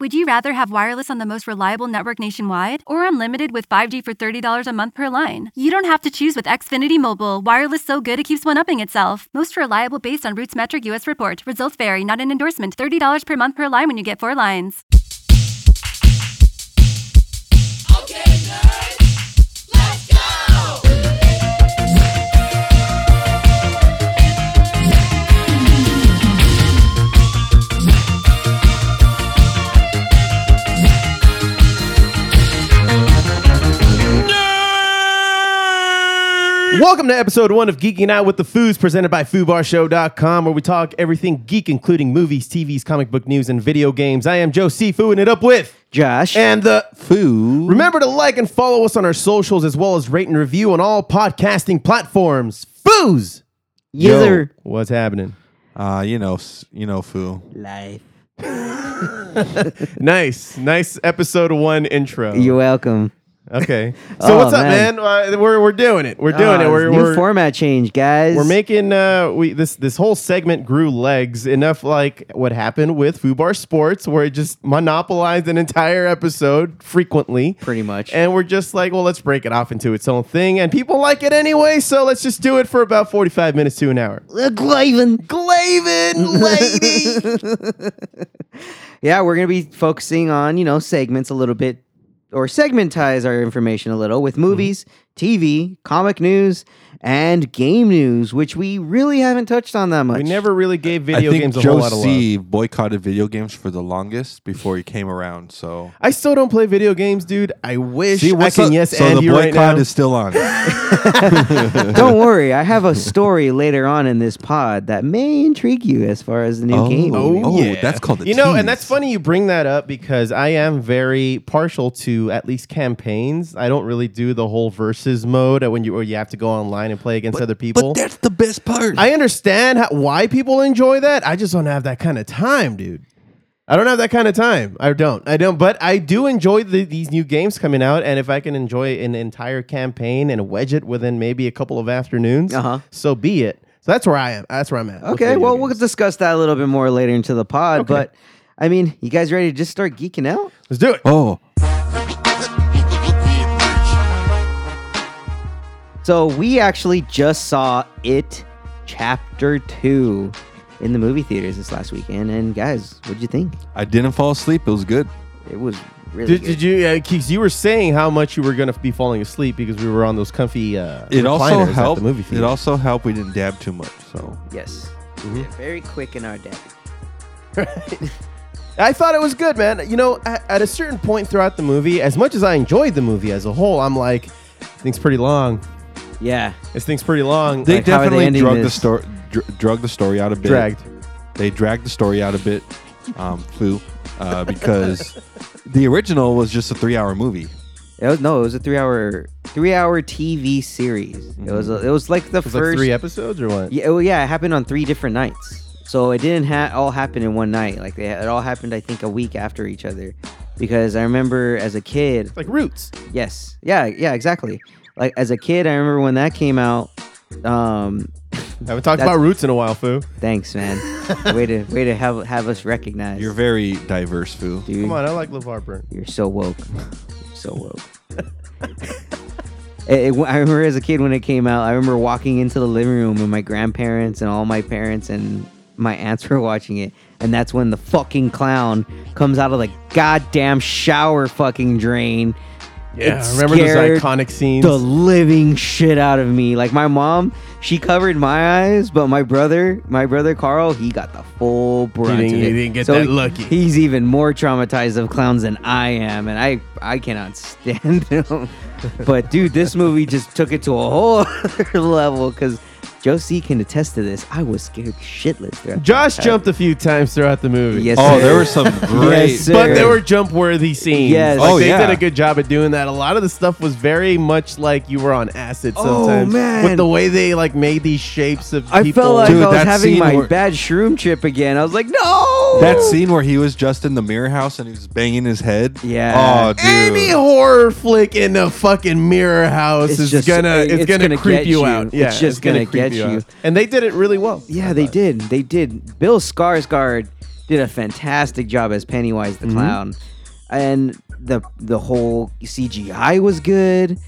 Would you rather have wireless on the most reliable network nationwide or unlimited with 5G for $30 a month per line? You don't have to choose with Xfinity Mobile. Wireless so good it keeps one upping itself. Most reliable based on Roots Metric US report. Results vary, not an endorsement. $30 per month per line when you get four lines. Welcome to episode one of Geeking Out with the Foos, presented by FooBarShow.com, where we talk everything geek, including movies, TVs, comic book news, and video games. I am Joe C. Fooing it up with. Josh. And the Foo. remember to like and follow us on our socials as well as rate and review on all podcasting platforms. Foos! Yes, Yo, sir. what's happening? Uh, you know, s- you know, foo. Life. Nice, nice episode one intro. You're welcome. okay, so Oh, what's up, man? man. Uh, we're we're doing it. We're doing Ah, it. this We're new we're, format change, guys. We're making uh, we this this whole segment grew legs enough like what happened with Fubar Sports, where it just monopolized an entire episode frequently, Pretty much. And we're just like, well, let's break it off into its own thing, and people like it anyway, so let's just do it for about forty five minutes to an hour. Look, Glavin. Glavin lady, Yeah, we're gonna be focusing on you know segments a little bit, or segmentize our information a little with movies, Mm-hmm. TV, comic news, and game news, which we really haven't touched on that much. we never really gave video I think games a Joe whole lot of love. C boycotted video games for the longest before he came around. So I still don't play video games, dude. I wish See, I what's can up? yes so and the you boycott right now. is still on. Don't worry, I have a story later on in this pod that may intrigue you as far as the new game. oh, Oh, yeah. that's called the you know, and tease. that's funny you bring that up because I am very partial to at least campaigns. I don't really do the whole versus mode when you or you have to go online and play against other people. But that's the best part. I understand how, why people enjoy that. I just don't have that kind of time, dude. I don't have that kind of time. I don't. I don't. But I do enjoy the, these new games coming out, and if I can enjoy an entire campaign and wedge it within maybe a couple of afternoons, Uh-huh. so be it. So that's where I am. That's where I'm at. with Okay, video well, games. we'll discuss that a little bit more later into the pod. But I mean, you guys ready to just start geeking out? let's do it. oh, So we actually just saw it, chapter two, in the movie theaters this last weekend. And guys, what'd you think? I didn't fall asleep. It was good. It was really Did, good. did you, uh, Keeks, you were saying how much you were going to be falling asleep because we were on those comfy uh, It recliners also at helped. the movie it theater. also helped. We didn't dab too much. So yes, Mm-hmm. We were very quick in our day. I thought it was good, man. You know, at, at a certain point throughout the movie, as much as I enjoyed the movie as a whole, I'm like, this thing's pretty long. Yeah, This thing's pretty long. they Like, how are they definitely ending drug the this? story, dr- drug the story out a bit. dragged. They dragged the story out a bit. Um, foo, uh, because the original was just a three-hour movie. it was no, it was a three-hour, three-hour TV series. It was a, it was like Mm-hmm. the It was like first three episodes or what? Yeah, well, yeah, it happened on three different nights. So it didn't ha- all happen in one night. Like they, it all happened, I think, a week after each other. Because I remember as a kid, Like Roots. yes, yeah, yeah, exactly. Like as a kid, I remember when that came out. Um, haven't talked That's- about Roots in a while, foo. thanks, man. way to way to have have us recognized. You're very diverse, foo. dude. Come on, I like LeVar Burton. You're so woke. You're so woke. It- it- I remember as a kid when it came out, I remember walking into the living room and my grandparents and all my parents and my aunts were watching it. And that's when the fucking clown comes out of the goddamn shower fucking drain. Yeah, It remember those scared iconic scenes? The living shit out of me. Like my mom, she covered my eyes, but my brother, my brother Carl, he got the full brunt. didn't- of he it. didn't get that he- lucky. He's even more traumatized of clowns than I am, and I I cannot stand him. but dude, this movie just took it to a whole other level because Josie can attest to this. I was scared shitless. throughout Josh that. jumped a few times throughout the movie. Yes, Oh, sir. there were some great. Yes, sir. But there were jump worthy scenes. Yes. Like, Oh, they yeah. did a good job at doing that. A lot of the stuff was very much like you were on acid Oh, sometimes. man. With the way they like made these shapes of I people. felt like Dude, I was that having scene my where- bad shroom trip again. I was like, no. that scene where he was just in the mirror house and he was banging his head. Yeah. Oh, dude. any horror flick in a fucking mirror house It's is just- uh, gonna it's, it's gonna, gonna creep get you you. out. It's Yeah, just gonna creep get you. out. And they did it really well. Yeah, they did. They did. Bill Skarsgård did a fantastic job as Pennywise Mm-hmm. the clown, and the the whole CGI was good.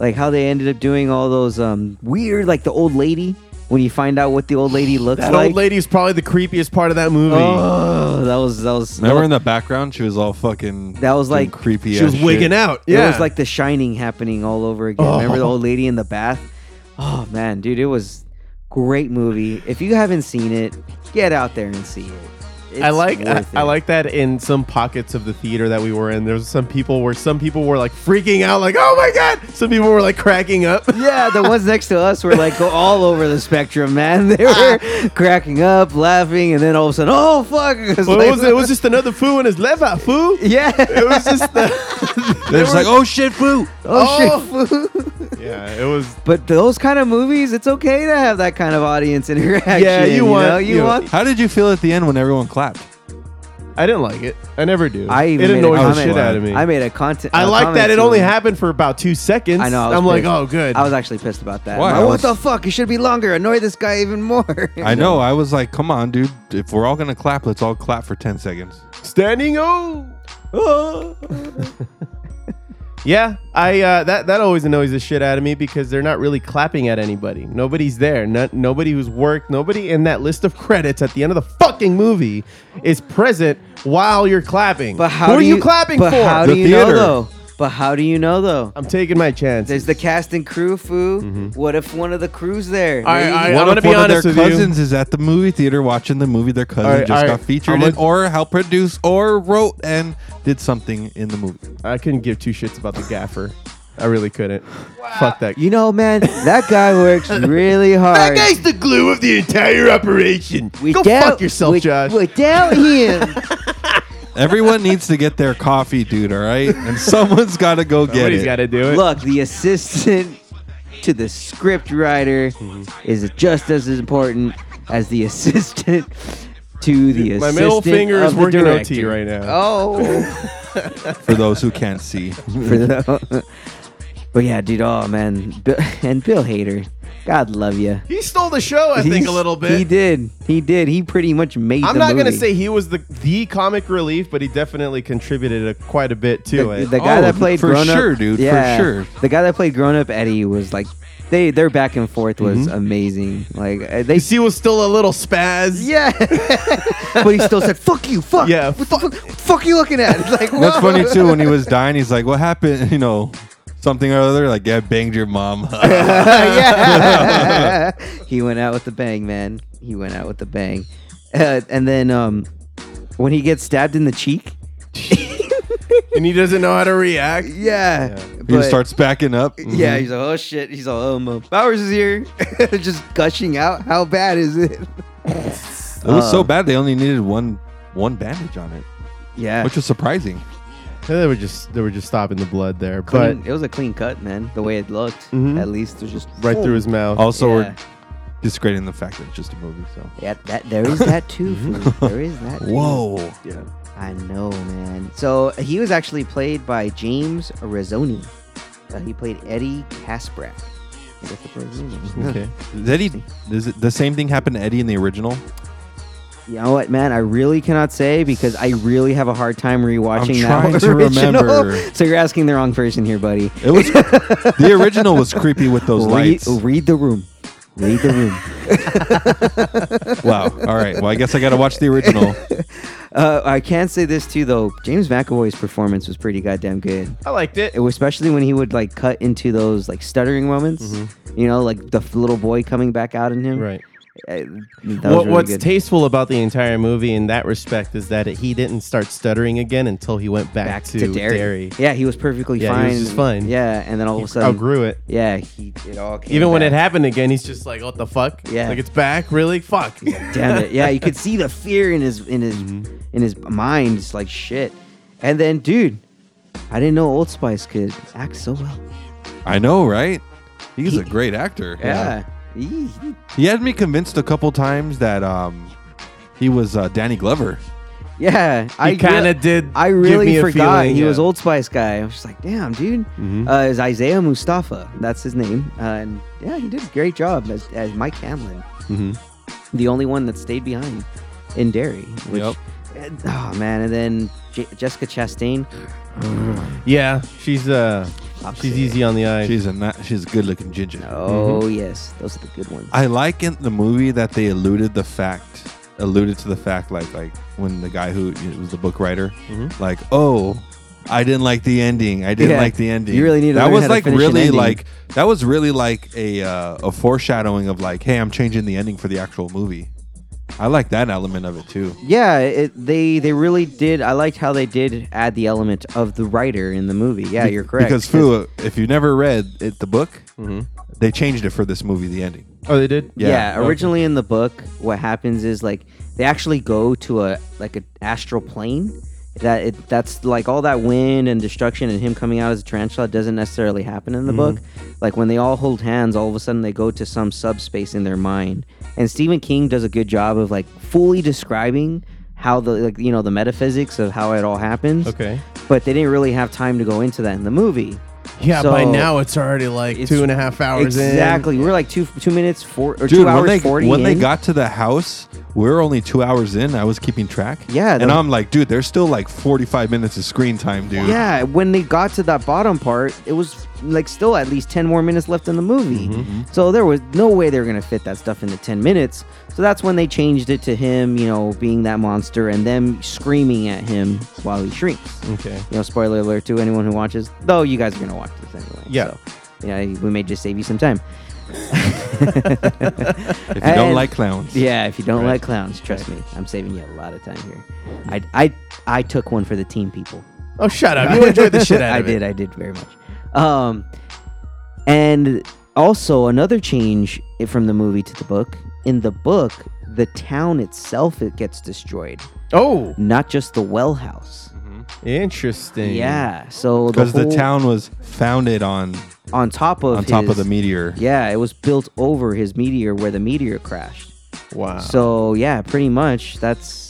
Like how they ended up doing all those um, weird, like the old lady. When you find out what the old lady looks That like, old lady is probably the creepiest part of that movie. oh, that was that was Remember in the background, she was all fucking. That was, doing like, creepy. she was wigging out. out. It Yeah. was like The Shining happening all over again. Remember the Oh. old lady in the bath? Oh man, dude, it was great movie. If you haven't seen it, get out there and see it. I It's like I, worth I it. like that in some pockets of the theater that we were in. There was some people where some people were like freaking out, like "Oh my god!" Some people were like cracking up. Yeah, the ones next to us were like all over the spectrum, man. They were cracking up, laughing, and then all of a sudden, oh fuck! It was Well, like- it was it was just another foo in his left eye, foo. yeah. It was just the It's like, oh shit, boo. Oh, shit. yeah. It was But those kind of movies, it's okay to have that kind of audience interaction. Yeah, you want- know? you you- want How did you feel at the end when everyone clapped? I didn't like it. I never do. I even it made a annoyed the comment- shit out of me. I made a content. I a like that comment it to only him. happened for about two seconds. I know. I was I'm like, pissed. oh, good. I was actually pissed about that. Why? I'm I Like, what was- the fuck? It should be longer. Annoy this guy even more. I know. I was like, come on, dude. If we're all gonna clap, let's all clap for ten seconds. standing O. yeah, I uh, that that always annoys the shit out of me because they're not really clapping at anybody. Nobody's there. Not, nobody who's worked. Nobody in that list of credits at the end of the fucking movie is present while you're clapping. But how Who do are you, clapping but for? How The do you know theater. though? But how do you know though? I'm taking my chance. There's the cast and crew, foo. What if one of the crew's there? Mm-hmm. All right, Maybe- all right. What I'm gonna if be one honest of with their you. cousins is at the movie theater watching the movie their cousin All right, just all got right. featured I'm in, gonna- or helped produce, or wrote and did something in the movie? I couldn't give two shits about the gaffer. I really couldn't. Fuck that. You know, man, that guy works really hard. the glue of the entire operation. Go Without- fuck yourself, with- Josh. Without him, Everyone needs to get their coffee, dude. All right, and someone's got to go get Somebody's it. got to do it. look, the assistant to the script writer Mm-hmm. is just as important as the assistant to the My assistant. middle finger of is the working director. OT right now. Oh, For those who can't see, for the. But yeah, dude. Oh man, Bill, and Bill Hader, God love you. He stole the show, I think, a little bit. He did. He did. He pretty much made. I'm the not gonna movie. say he was the the comic relief, but he definitely contributed a, quite a bit to the, it. the guy Oh, that played for grown up, sure, dude, for Yeah, sure. The guy that played grown up Eddie was like, they their back and forth was amazing. Like uh, they, he was still a little spaz. yeah, but he still said, "Fuck you, fuck, Yeah, what the fuck, fuck you looking at?" Like that's whoa. funny too. When he was dying, he's like, "What happened?" You know, something or other. Like, yeah, I banged your mom. yeah. he went out with the bang, man. He went out with the bang. Uh, and then um, when he gets stabbed in the cheek, and he doesn't know how to react. yeah, he but- just starts backing up. Mm-hmm. Yeah, he's like, oh shit. He's like, oh, my Bowers is here. Just gushing out. How bad is it? It was Um, so bad they only needed one one bandage on it, Yeah. which was surprising. They were just they were just stopping the blood there, but Clean- it was a clean cut, man. The way it looked, Mm-hmm. at least, it was just right through his mouth. Also, Yeah. we're discrediting the fact that it's just a movie. So Yeah, that there is that too. fool. there is that. too. Mm-hmm. whoa, Yeah. I know, man. So he was actually played by James Rizzoni. Uh, he played Eddie Kasprak. I guess that's what his name is. okay. Is Eddie, does it, the same thing happened to Eddie in the original? You know what, man? I really cannot say because I really have a hard time rewatching trying that to original. remember. So you're asking the wrong person here, buddy. It was the original was creepy with those Read, lights. read the room. Read the room. Wow. All right. Well, I guess I got to watch the original. Uh, I can say this too, though. James McAvoy's performed was pretty goddamn good, I liked it. It was- especially when he would like cut into those like stuttering moments. You know, like the f- little boy coming back out in him. Mm-hmm. Right. I- that was What, really what's good. tasteful about the entire movie in that respect is that it, he didn't start stuttering again until he went back, back to, dairy. dairy. Yeah, he was perfectly Yeah, fine. he was just fine. Yeah, and then all of a He sudden, outgrew it. yeah, he it all came. Even when it back. happened again, he's just like, "What the fuck? Yeah. like it's back, really? Fuck." Damn it! Yeah, you could see the fear in his in his Mm-hmm. in his mind. It's like shit. And then, dude, I didn't know Old Spice could act so well. I know, right? He's a He- great actor. Yeah. Eee. He had me convinced a couple times that um, he was uh, Danny Glover. Yeah, he kind rea- of did. I give really me a forgot feeling, he yeah. Mm-hmm. was Old Spice guy. I was just like, damn, dude. Uh, it was Isaiah Mustafa. That's his name. Uh, and yeah, he did a great job as, as Mike Hamlin, Mm-hmm. the only one that stayed behind in Derry. Which, Yep. and- oh man, and then J- Jessica Chastain. Mm-hmm. Yeah, she's uh, she's easy on the eyes. She's a na- she's a good looking ginger. Oh yes, those are the good ones. I like in the movie that they alluded the fact, alluded to the fact, like like when the guy who you know, was the book writer, like, oh, I didn't like the ending. I didn't Mm-hmm. Yeah. like the ending. You really need to that learn was how to like finish an really ending. like that was really like a uh, a foreshadowing of like, hey, I'm changing the ending for the actual movie. I like that element of it too. yeah, it, they they really did. I liked how they did add the element of the writer in the movie. Yeah, Be- you're correct. Mm-hmm. Because Fu, if you never read it, the book, they changed it for this movie. The ending. oh, they did. Yeah. Yeah, Okay. originally in the book, what happens is like they actually go to a like an astral plane. That it, that's like all that wind and destruction and him coming out as a tarantula doesn't necessarily happen in the book. Mm-hmm. Like when they all hold hands, all of a sudden they go to some subspace in their mind. And Stephen King does a good job of like fully describing how the like you know the metaphysics of how it all happens. Okay. But they didn't really have time to go into that in the movie. Yeah, So- by now it's already like It's- two and a half hours in. exactly. We're like two two minutes four or Dude, two hours when they forty. when they in. got to the house, we are only two hours in. I was keeping track. Yeah, and the- I'm like, dude, there's still like 45 minutes of screen time, dude. Yeah, when they got to that bottom part, it was like still at least 10 more minutes left in the movie. Mm-hmm. So there was no way they were going to fit that stuff into 10 minutes. So that's when they changed it to him, you know, being that monster and them screaming at him while he shrieks. Okay. You know, spoiler alert to anyone who watches, though you guys are going to watch this anyway. Yeah. So, yeah, we may just save you some time. if you don't and- like clowns, Yeah, if you don't Right. like clowns, trust me, I'm saving you a lot of time here. I, I, I took one for the team, people. Oh, shut up! You enjoyed the shit out I of it. did. I did very much. Um, and also another change i- from the movie to the book. In the book, the town itself it gets destroyed, Oh, not just the well house. interesting. Yeah. So because the, whole- town was founded on on top of on top of his- the meteor. Yeah, it was built over his meteor where the meteor crashed. Wow. Um, So yeah, pretty much that's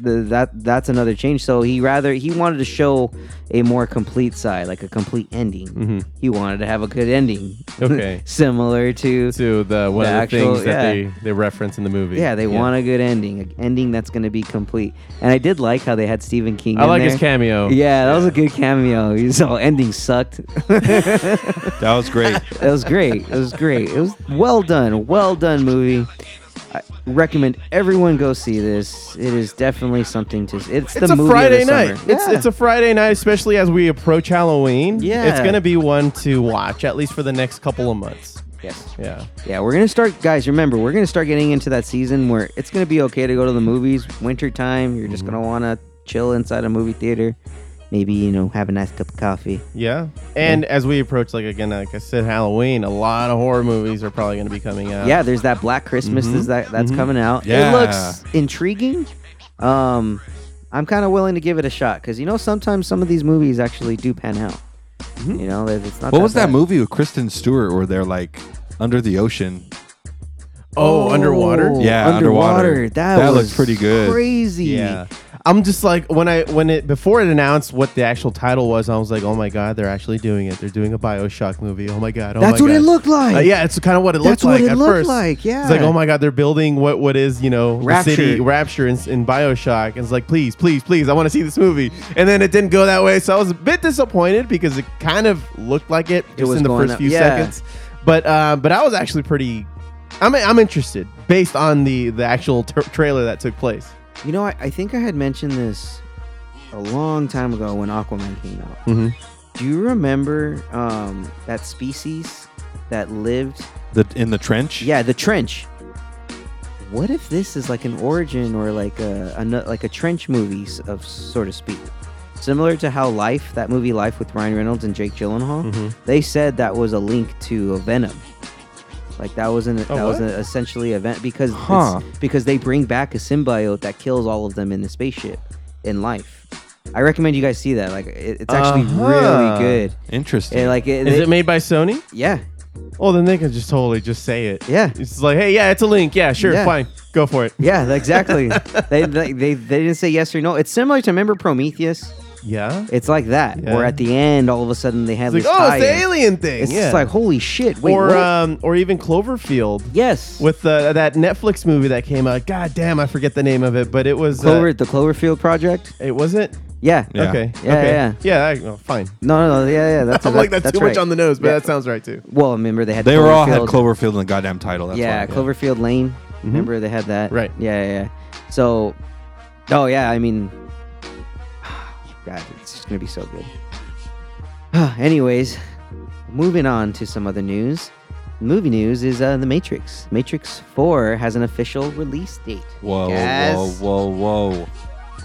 the, that that's another change. So he rather he wanted to show a more complete side, like a complete ending. He wanted to have a good ending. Mm-hmm. Okay. Similar to to the one The of the actual- things that yeah. they they reference in the movie. yeah, they want a good ending, an ending that's going to be complete. And I did like how they had Stephen King. I in like his there. cameo. Yeah, that was a good cameo. He's all ending sucked. That was great. That was great. It was great. It was well done. Well done movie. I recommend everyone go see this. It is definitely something to. It's, It's the a movie Friday of the summer. night. It's Yeah. it's a Friday night, especially as we approach Halloween. Yeah. It's gonna be one to watch at least for the next couple of months. yes. Yeah. Yeah, we're gonna start, guys. Remember, we're gonna start getting into that season where it's gonna be okay to go to the movies. Winter time, you're Mm-hmm. just gonna wanna chill inside a movie theater. Maybe you know have a nice cup of coffee. Yeah. And as we approach like again, like I said, Halloween, a lot of horror movies are probably gonna be coming out. yeah, there's that Black Christmas is that that's coming out. Mm-hmm. Yeah. It looks intriguing. Um, I'm kind of willing to give it a shot because you know sometimes some of these movies actually do pan out. You know, that- it's not. Mm-hmm. what was that bad. movie with Kristen Stewart where they're like under the ocean? Oh, underwater. Oh, Yeah, underwater. That, That was looks pretty good. Crazy. Yeah. I'm just like when I when it before it announced what the actual title was, I was like, oh my god, they're actually doing it. They're doing a Bioshock movie. Oh my god. Oh That's my what it God. looked like. Uh, yeah, it's kind of what it looked That's what like it at looked first. like, it's like yeah. oh my god, they're building what what is you know Rapture. The city rapture in, in Bioshock, and it's like please, please, please, I want to see this movie. And then it didn't go that way, so I was a bit disappointed because it kind of looked like it just was in the going first up- few yeah. seconds. But uh, but I was actually pretty. I'm I'm interested based on the the actual tra- trailer that took place. You know, I, I think I had mentioned this a long time ago when Aquaman came out. Mm-hmm. Mhm. Do you remember um, that species that lived? The in the trench. Yeah, the trench. what if this is like an origin or like a, a nu- like a trench movie s- of sort of speak, similar to how Life, that movie Life with Ryan Reynolds and Jake Gyllenhaal, Mm-hmm. they said that was a link to a Venom. Like that was an that was what? an essentially event because it's- Huh. because they bring back a symbiote that kills all of them in the spaceship in Life. I recommend you guys see that. Like it, it's actually Uh-huh. really good. Interesting. It, like it, Is they- it made by Sony? yeah, Oh, then they can just totally just say it. Yeah. It's like, hey, yeah, it's a link. Yeah, sure, Yeah. fine, go for it. Yeah, exactly. they, they they they didn't say yes or no. It's similar to remember Prometheus. Yeah. It's, It's like that. Yeah. Where at the end, all of a sudden they had like, this oh, it's the tie-in. alien thing. It's yeah. just like holy shit. Wait, or what? um, or even Cloverfield yes, with uh, that Netflix movie that came out. God damn, I forget the name of it, but it was uh, Clover the Cloverfield Project. It wasn't. Yeah. Yeah. Okay. Yeah, okay. yeah. Yeah. I, well, fine. No, no, no, yeah, yeah. That's I'm that- like that's, too right. much on the nose, but Yeah. that sounds right too. Well, remember they had they were all had Cloverfield- Cloverfield in the goddamn title. That's yeah, why. Mm-hmm. Cloverfield Lane. Remember they had that. Right. Yeah, yeah, yeah. So, oh yeah, I mean, God, it's just gonna be so good. Anyways, moving on to some other news. Movie news is uh, The Matrix. Matrix Four has an official release date. Whoa, Yes. whoa, whoa, whoa!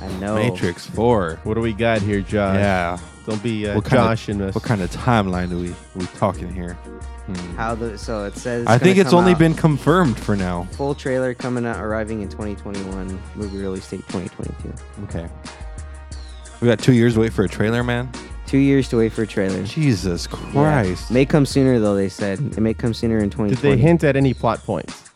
I know. Matrix Four. What do we got here, Josh? yeah. Don't be uh, What kind of- Josh and us. What kind of timeline do we we talking here? Hmm. How the so it says. I gonna think it's come only out- been confirmed for now. full trailer coming out arriving in 2021. Movie release date 2022. Okay. We got two years to wait for a trailer, man. Two years to wait for a trailer. Jesus Christ. May come sooner though. They said it may come sooner in Did 2020. they hint at any plot points?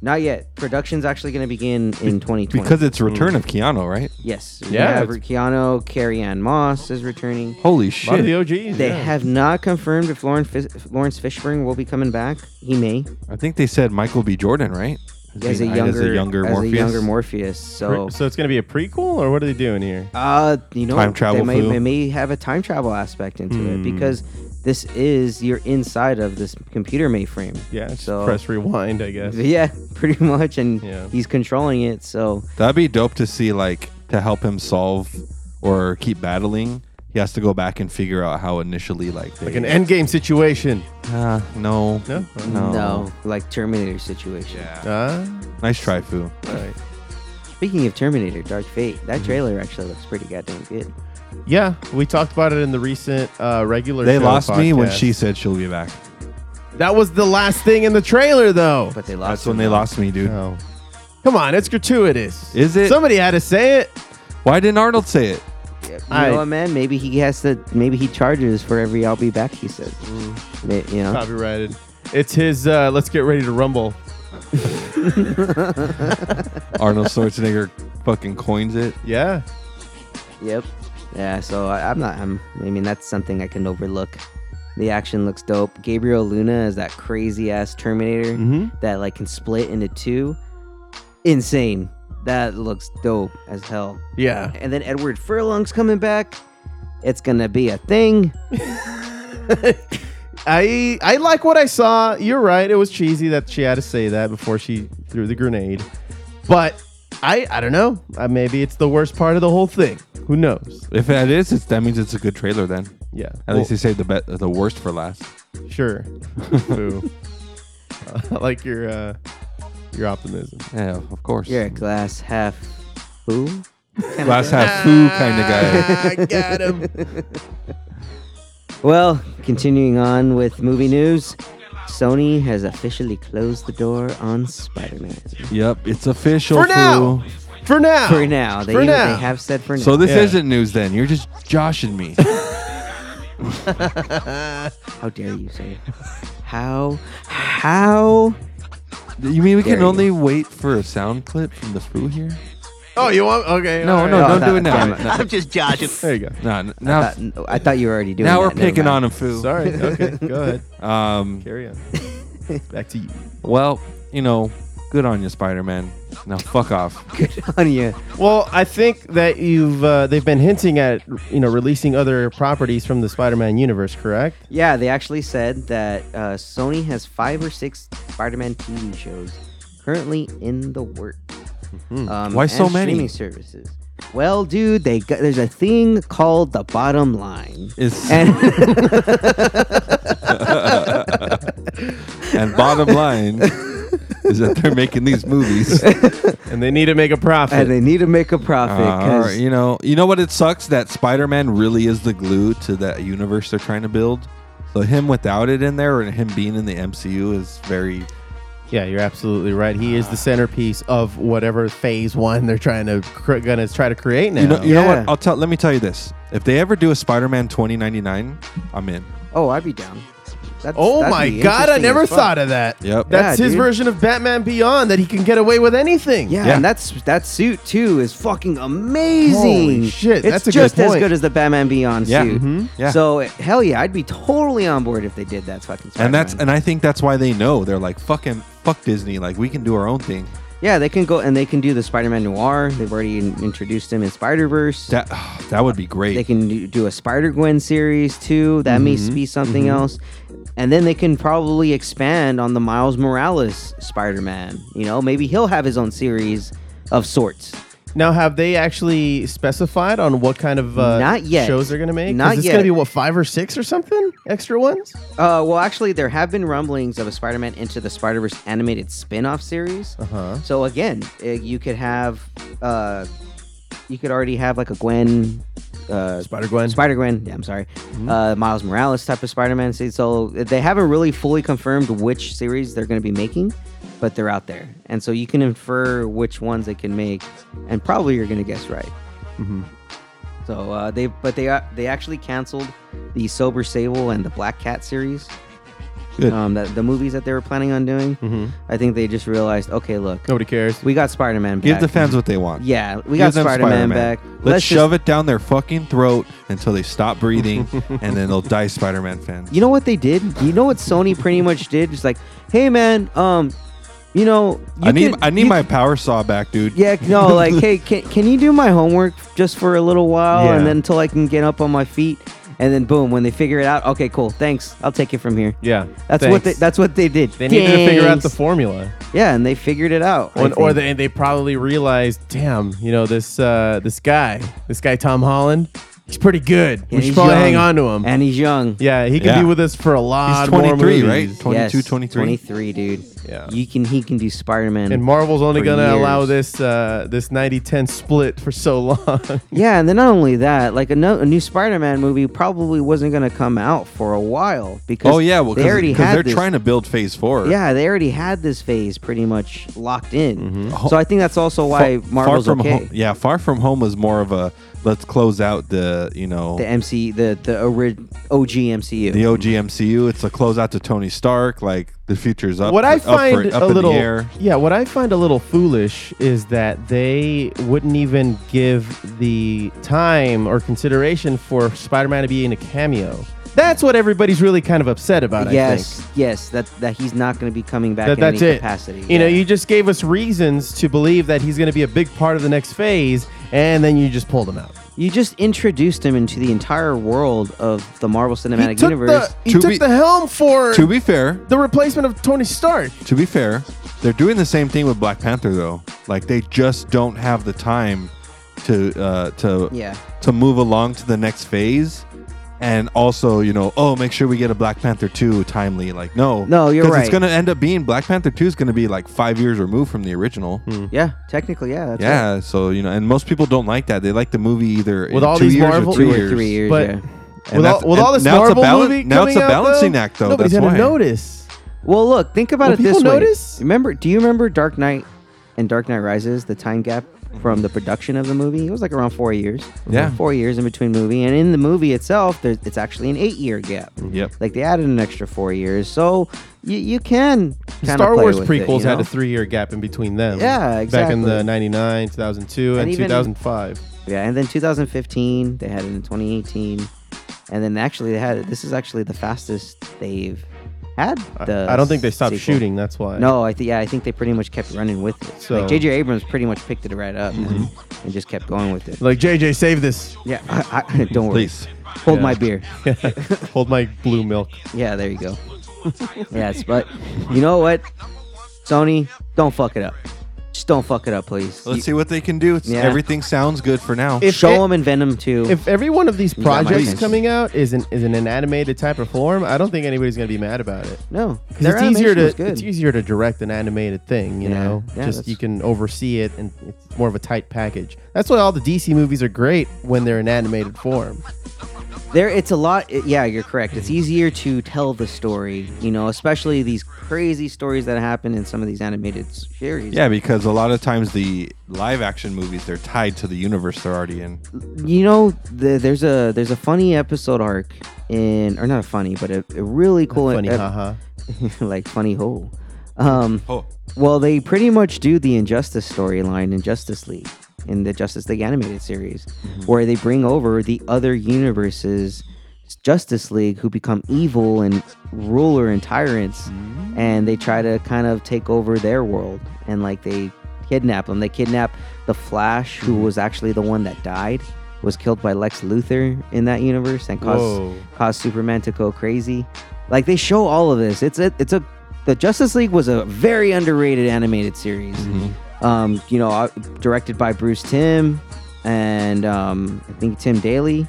Not yet. Production's actually going to begin in 2020. Because it's return of Keanu, right? yes, Yeah, yeah, have it's- Keanu, Carrie Ann Moss is returning. Holy A lot of shit! the OGs. They yeah. have not confirmed if Lauren Fis- Lawrence Fishburne will be coming back. He may I think they said Michael B. Jordan, right? as a being- younger, as Morpheus. a younger Morpheus. So, So it's gonna be a prequel, or what are they doing here? uh, you know, Time travel They may, foo. they may have a time travel aspect into it because this is you're inside of this computer mainframe. Yeah. just So- press rewind, I guess. Yeah, pretty much, and Yeah. he's controlling it. So That'd be dope to see, like, to help him solve or keep battling. He has to go back and figure out how initially, like, they, Like an end game situation. Uh, no, No? no, no, like Terminator situation. Oh. Yeah. Uh, Nice try, Fu. all right. Speaking of Terminator Dark Fate, Mm-hmm. that trailer actually looks pretty goddamn good. Yeah, we talked about it in the recent uh, regular. They show lost me when podcast. she said she'll be back. That was the last thing in the trailer, though. But they That's lost. when him, they though. lost me, dude. No. Come on, it's gratuitous. Is it? Somebody had to say it. Why didn't Arnold say it? You I- know what, man? Maybe he has to. Maybe he charges for every "I'll be back." He says. Mm. Ma- You know. Copyrighted. It's his. Uh, let's get ready to rumble. Arnold Schwarzenegger fucking coins it. Yeah. Yep. Yeah. So I, I'm not. I'm. I mean, that's something I can overlook. The action looks dope. Gabriel Luna is that crazy ass Terminator Mm-hmm. that like can split into two. Insane. That looks dope as hell. Yeah. And then Edward Furlong's coming back. It's gonna be a thing. I I like what I saw. You're right. It was cheesy that she had to say that before she threw the grenade. But I I don't know. Uh, maybe it's the worst part of the whole thing. Who knows? If that is, it's, that means it's a good trailer then. Yeah. At least they saved the be- the worst for last. Well, sure. Boo. Uh, I like your uh, your optimism. Yeah, of course. You're a glass half full. Last half Fu kind of guy. I got him. Well, continuing on with movie news, Sony has officially closed the door on Spider-Man. Yep, it's official. For now. Fu. For now. For now, they, For now. they have said for now. So this Yeah. isn't news then. You're just joshing me. how dare you say? it. How? How? you mean we Dare can you. only wait for a sound clip from the Fu here? Oh, you want? Okay. No, all right. no, don't that- do it now. damn it. No, There you go. no, no, now, Uh, no, I thought you were already doing. now we're that. Never picking on mind. him, Fu. Sorry. Okay. Go ahead. Um, Carry on. Back to you. well, you know, good on you, Spider-Man. Now fuck off. on you. Well, I think that you've uh, they've been hinting at you know releasing other properties from the Spider-Man universe, correct? Yeah, they actually said that uh, Sony has five or six Spider-Man TV shows currently in the works. Um, Mm-hmm. Why so and many? streaming services? Well, dude, they got, there's a thing called the bottom line. It's, and, And bottom line, is that they're making these movies. and they need to make a profit. and they need to make a profit Uh, 'cause- you know, you know what? It sucks that Spider-Man really is the glue to that universe they're trying to build. So him without it in there, and him being in the MCU is very yeah, you're absolutely right. He is the centerpiece of whatever phase one they're trying to cr- gonna try to create now. You know, you know Yeah. what? I'll tell. Let me tell you this: if they ever do a Spider-Man 2099, I'm in. oh, I'd be down. That's, oh that'd my be god, I interesting never as fuck. thought of that. Yep. That's Yeah, his dude. version of Batman Beyond that he can get away with anything. Yeah, Yeah. and that's that suit too is fucking amazing. Holy shit, it's that's a good just as point. good as the Batman Beyond Yeah, suit. mhm, yeah. So hell yeah, I'd be totally on board if they did that fucking. Spider-Man. And that's and I think that's why they know they're like fucking fuck Disney. Like we can do our own thing. yeah, they can go and they can do the Spider-Man Noir. They've already in- introduced him in Spider Verse. That that would be great. They can do- do a Spider Gwen series too. That may be something else. And then they can probably expand on the Miles Morales Spider Man. You know, maybe he'll have his own series of sorts. Now, have they actually specified on what kind of uh, Not yet. shows they're gonna make? 'Cause Not it's yet. gonna be what five or six or something extra ones. Uh, well, actually, there have been rumblings of a Spider Man into the Spider Verse animated spin off series. Uh-huh. So again, uh, you could have, uh, you could already have like a Gwen, uh, Spider Gwen. Spider Gwen. Yeah, I'm sorry, Mm-hmm. uh, Miles Morales type of Spider Man. So they haven't really fully confirmed which series they're going to be making, but they're out there, and so you can infer which ones they can make, and probably you're going to guess right. Mm-hmm. So uh, they, but they uh, they actually canceled the Sober Sable and the Black Cat series. Good. Mm-hmm. Um, that the movies that they were planning on doing, I think they just realized, okay, look, Nobody cares. we got Spider Man. Give the fans what they want. Yeah, we Give got them Spider Man Spider-Man. back. Let's, shove it down their fucking throat until they stop breathing, and then they'll die Spider-Man fans. You know what they did? You know what Sony pretty much did? Just like, hey man, um, you know, you I need could- I need you- my power saw back, dude. yeah, no, like, hey, can, can you do my homework just for a little while Yeah. and then until I can get up on my feet? And then boom, when they figure it out, okay, cool, thanks, I'll take it from here. Yeah, That's what they, that's what they did. they needed to figure out the Thanks. formula, yeah, and they figured it out. I or, or think. they they probably realized, damn, you know this uh, this guy, this guy Tom Holland, he's pretty good. And we should he's probably young. hang on to him. And he's young. yeah, he can Yeah. be with us for a lot. He's more 23, right? movies. 22, Yes, 23. 23, dude. Yeah. You can he can do Spider Man. Mm. And Marvel's only For gonna years. allow this uh, this 90-10 split for so long. Yeah, and then not only that, like a, no, a new Spider-Man movie probably wasn't going to come out for a while because Oh yeah, well, they already because had they're this, trying to build Phase Four. yeah they already had this phase pretty much locked in. So I think that's also why Mm-hmm. Far- Marvel's far from okay. home, yeah, Far From Home was more of a let's close out the you know The MC the the ori- OG MCU. the OG MCU. It's a close out to Tony Stark. Like the future's up. what I up for- find up a in the little air. yeah, what I find a little foolish is that they wouldn't even give the time or consideration for Spider-Man to be in a cameo. That's what everybody's really kind of upset about. yes, yes, that that he's not going to be coming I back think that in that's any it. capacity. You yeah. know, you just gave us reasons to believe that he's going to be a big part of the next phase, and then you just pulled him out. You just introduced him into the entire world of the Marvel Cinematic he took Universe. the he To took be- the helm for To be fair, the replacement of Tony Stark. to be fair, they're doing the same thing with Black Panther though. Like they just don't have the time to uh, to yeah. to move along to the next phase. And also, you know, oh, make sure we get a Black Panther 2 timely. Like, no. No, you're 'Cause It's right. going to end up being Black Panther 2 is going to be like five years removed from the original. Hmm. Yeah, technically, yeah. That's right. Yeah, so you know, and most people don't like that. They like the movie either in With all two these years Marvel- or two Two or years. three years. But yeah. And with all, that's- with all and this now it's a Marvel balan- movie now it's coming a out, balancing though, act, though. Nobody's That's gonna why. notice. Well, look, think about Will it this people way. notice? Remember, do you remember Dark Knight and Dark Knight Rises? The time gap from the production of the movie it was like around four years. Yeah. four years in between movie, and in the movie itself, there, it's actually an eight-year gap. Yep. Like they added an extra four years, so you, you can kind Star of play Wars with it, prequels you know? had a three-year gap in between them. Yeah, Back in the exactly. '99, 2002, and, And even- 2005. Yeah, and then 2015, they had it in 2018, and then actually they had this is actually the fastest they've had. The I don't think they stopped sequel. shooting. That's why. No, I think yeah, I think they pretty much kept running with it. So- Mm-hmm. So like JJ Abrams pretty much picked it right up and, and just kept going with it. Like JJ, save this. Yeah, I, I, don't worry. Please. Hold my beer. Hold my blue milk. Yeah, there you go. yes, but you know what, Sony, don't fuck it up. Just don't fuck it up, please. Let's see what they can do. It's- Yeah. Everything sounds good for now. If Show it- them and Venom too. If every one of these e- You got my projects attention. coming out is an is in an animated type or form, I don't think anybody's gonna be mad about it. no, Because it's easier to good. it's easier to direct an animated thing, you Yeah, know. yeah, Just that's- you can oversee it, and it's more of a tight package. That's why all the DC movies are great when they're in animated form. There, it's a lot. it- Yeah, you're correct. It's easier to tell the story, you know, especially these crazy stories that happen in some of these animated s- series. yeah, because a lot of times the live action movies they're tied to the universe they're already in. you know, the, there's a there's a funny episode arc in, or not a funny, but a, a really cool, Funny, ep- haha. like funny hole. Um, Oh, well, they pretty much do the Injustice storyline in Justice League, in the Justice League animated series, where they bring over the other universes. Justice League, who become evil and ruler and tyrants, and they try to kind of take over their world and like they kidnap them. They kidnap the Flash, who was actually the one that died, was killed by Lex Luthor in that universe and Whoa. caused caused Superman to go crazy. Like they show all of this. It's a it's a the Justice League was a very underrated animated series. Um, you know, uh, directed by Bruce Tim and um, I think Tim Daly.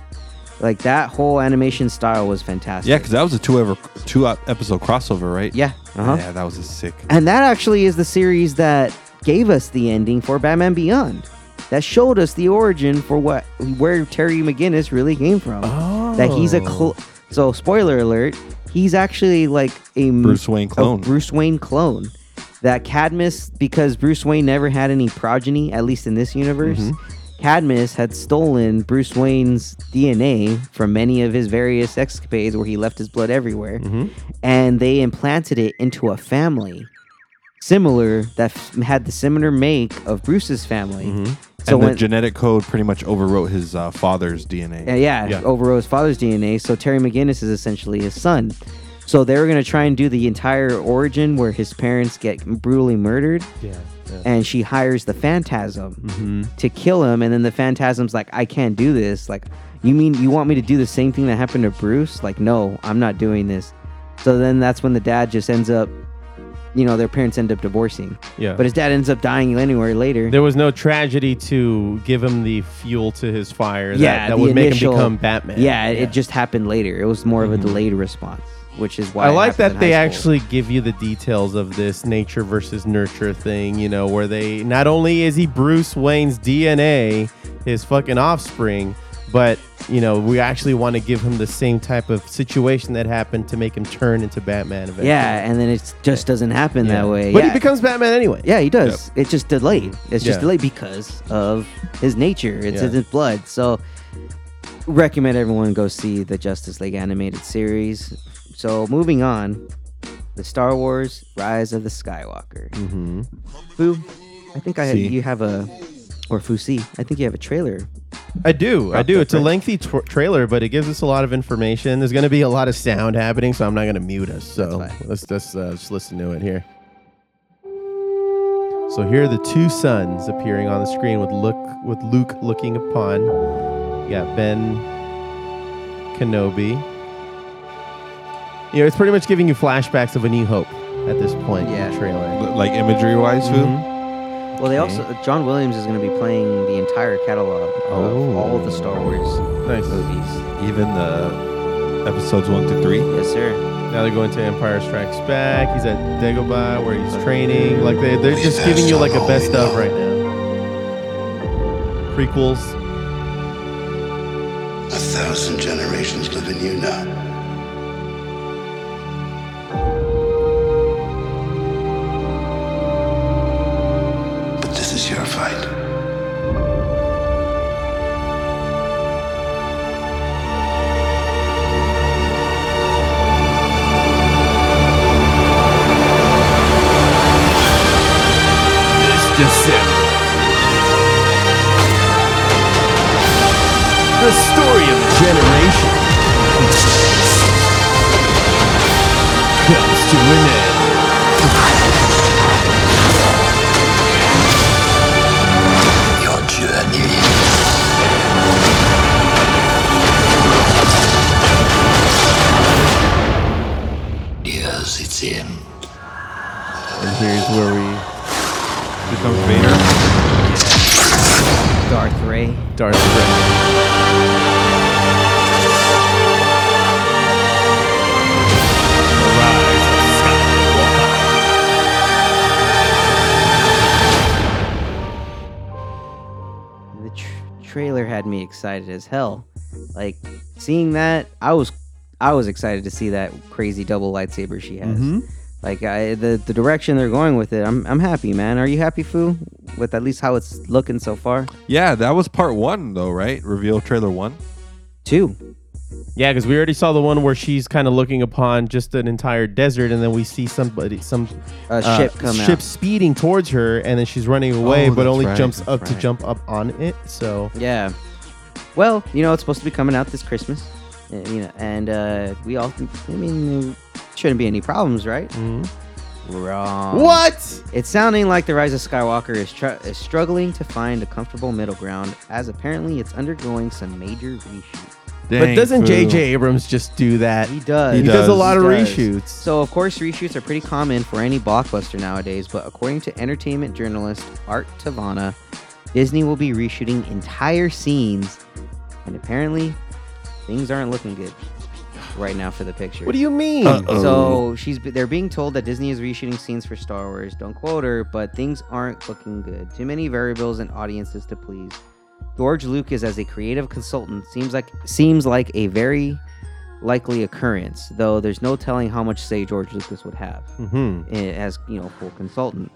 Like that whole animation style was fantastic. yeah, because that was a two ever two episode crossover, right? Yeah. Uh-huh. Yeah, that was a sick. And that actually is the series that gave us the ending for Batman Beyond. That showed us the origin for what where Terry McGinnis really came from. That he's a cl- so spoiler alert, he's actually like a m- Bruce Wayne a clone. Bruce Wayne clone. That Cadmus because Bruce Wayne never had any progeny at least in this universe. Mm-hmm. Cadmus had stolen Bruce Wayne's DNA from many of his various escapades where he left his blood everywhere Mm-hmm. and they implanted it into a family similar that f- had the similar make of Bruce's family. So Mm-hmm. and when the genetic code pretty much overwrote his uh, father's DNA. uh, yeah, over his father's DNA, so Terry McGinnis is essentially his son. So they were going to try and do the entire origin where his parents get brutally murdered. Yeah, yeah. Mm-hmm. And she hires the phantasm to kill him. And then the phantasm's like, I can't do this. Like, you mean you want me to do the same thing that happened to Bruce? Like, no, I'm not doing this. So then that's when the dad just ends up, you know, their parents end up divorcing. Yeah. But his dad ends up dying anywhere later. There was no tragedy to give him the fuel to his fire. That, yeah, that the would initial- make him become Batman. Mm-hmm. Yeah, it- it just happened later. It was more of a delayed response, which is why I it like happened that in they high school. actually give you the details of this nature versus nurture thing, you know, where they not only is he Bruce Wayne's DNA, his fucking offspring, but you know, we actually want to give him the same type of situation that happened to make him turn into Batman eventually. Yeah, and then it just doesn't happen that way. But yeah. he becomes Batman anyway. Yeah, he does. It's just delayed. It's just Yeah. delayed because of his nature. It's Yeah. in his blood. So recommend everyone go see the Justice League animated series. So moving on, the Star Wars Rise of the Skywalker. Mm-hmm. Foo, I think I See. you have a or Fusi, I think you have a trailer. I do. I Wrapped do. up, It's a right? lengthy tw- trailer, but it gives us a lot of information. There's going to be a lot of sound happening, so I'm not going to mute us. So That's fine. let's let's uh, just listen to it here. So here are the two suns appearing on the screen with look with Luke looking upon. You got Ben Kenobi. You know, it's pretty much giving you flashbacks of A New Hope at this point in Yeah. the trailer. L- like imagery wise, Mm-hmm. Well, they also John Williams is going to be playing the entire catalog of all of the Star Wars Nice. movies. even the episodes one to three. Yes, sir. Now they're going to Empire Strikes Back. He's at Dagobah where he's training. Like they, they're just giving you like a best of right now. Prequels. A thousand generations live in you now. But this is your fight. This December. The story of a generation comes to an end. Your journey nears its end. And here's where we Becomes Vader. Gray. Darth Gray. The rise of Skywalker. The tr- trailer had me excited as hell. Like seeing that, I was I was excited to see that crazy double lightsaber she has. Mm-hmm. Like I, the the direction they're going with it, I'm I'm happy, man. Are you happy, Foo, with at least how it's looking so far? Yeah, that was part one though, right? Reveal trailer one. Two. Yeah, because we already saw the one where she's kind of looking upon just an entire desert, and then we see somebody, some uh, A ship come ship out. speeding towards her, and then she's running away, Oh, but that's only right, jumps up that's to right. jump up on it. So Yeah. Well, you know, it's supposed to be coming out this Christmas. uh, You know, and uh, we all, I mean, there shouldn't be any problems, right? Wrong. what? It's sounding like The Rise of Skywalker is, tr- is struggling to find a comfortable middle ground, as apparently it's undergoing some major reshoot. But Dang, doesn't fool. J.J. Abrams just do that? He does. He, He does. a does. lot of He does. reshoots. So, of course, reshoots are pretty common for any blockbuster nowadays, but according to entertainment journalist Art Tavana, Disney will be reshooting entire scenes, and apparently, things aren't looking good right now for the picture. what do you mean? Uh-oh. so she's they're being told that Disney is reshooting scenes for Star Wars. Don't quote her, but things aren't looking good. Too many variables and audiences to please. George Lucas as a creative consultant seems like seems like a very likely occurrence, though there's no telling how much say George Lucas would have Mhm. eh, as you know full consultant.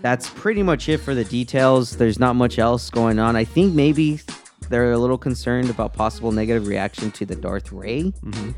That's pretty much it for the details. There's not much else going on. I think maybe they're a little concerned about possible negative reaction to the Darth Ray Mm-hmm.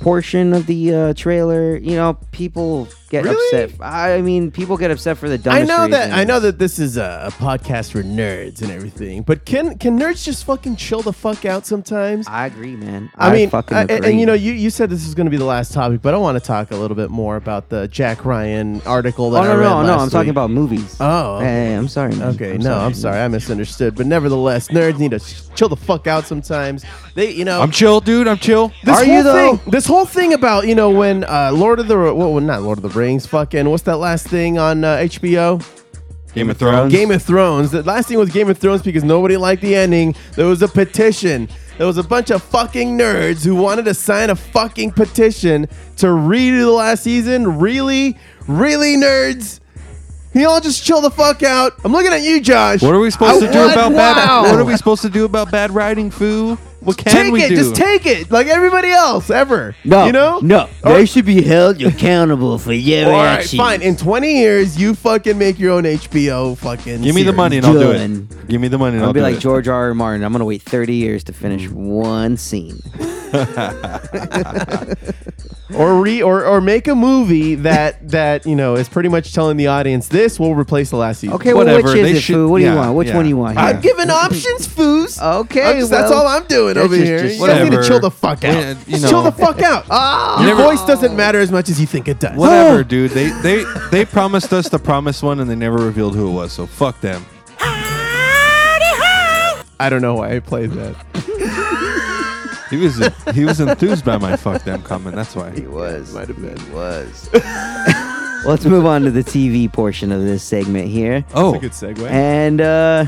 portion of the uh, trailer. You know, people get Really? upset. I mean, people get upset for the I dumbest. know that I reasons. know that this is a, a podcast for nerds and everything, but can can nerds just fucking chill the fuck out sometimes? I agree, man. I, mean, fucking I- agree. and, and, you know, you, you said this is going to be the last topic, but I want to talk a little bit more about the Jack Ryan article that oh I no, read no, no! last I'm talking week. about movies. Oh, okay. Hey, I'm sorry. Man. Okay, no, I'm sorry, I misunderstood. But nevertheless, nerds need to sh- chill the fuck out sometimes. They, you know, I'm chill, dude. I'm chill. this Are whole you, though? Thing, this whole thing about you know when uh, Lord of the well, well, not Lord of the Rings, fucking what's that last thing on uh, HBO? Game of Thrones. Game of Thrones. The last thing was Game of Thrones because nobody liked the ending. There was a petition. There was a bunch of fucking nerds who wanted to sign a fucking petition to redo the last season. Really, really nerds. You all just chill the fuck out. I'm looking at you, Josh. What are we supposed I to do want- about wow. bad? What are we supposed to do about bad riding, foo? What can take we it, do? just take it, like everybody else ever. No, you know, no. Or- They should be held accountable for their All right, actions. fine. In 20 years, you fucking make your own HBO fucking. Give me the series. money and I'll do Done. it. Give me the money and I'll I'll be do like it. George R. R. Martin. I'm gonna wait 30 years to finish one scene. or re or, or make a movie that that you know is pretty much telling the audience this will replace the last season. Okay, well, Whatever, which is they it, should- Foo? What do you yeah, want? Which yeah. one do you want? I'm Here? giving options, foos. Okay, I'm just- that's well, all I'm doing that's over just- here. just you guys need to whatever. chill the fuck out. Yeah, you Just know. chill the fuck out. Your Ah. Never- voice Oh. doesn't matter as much as you think it does. Whatever, dude. They they they promised us the promised one and they never revealed who it was. So fuck them. I don't know why I played that. He was he was enthused by my fuck them comment. That's why. was. Might have been. was. Let's move on to the TV portion of this segment here. Oh, That's a good segue. And uh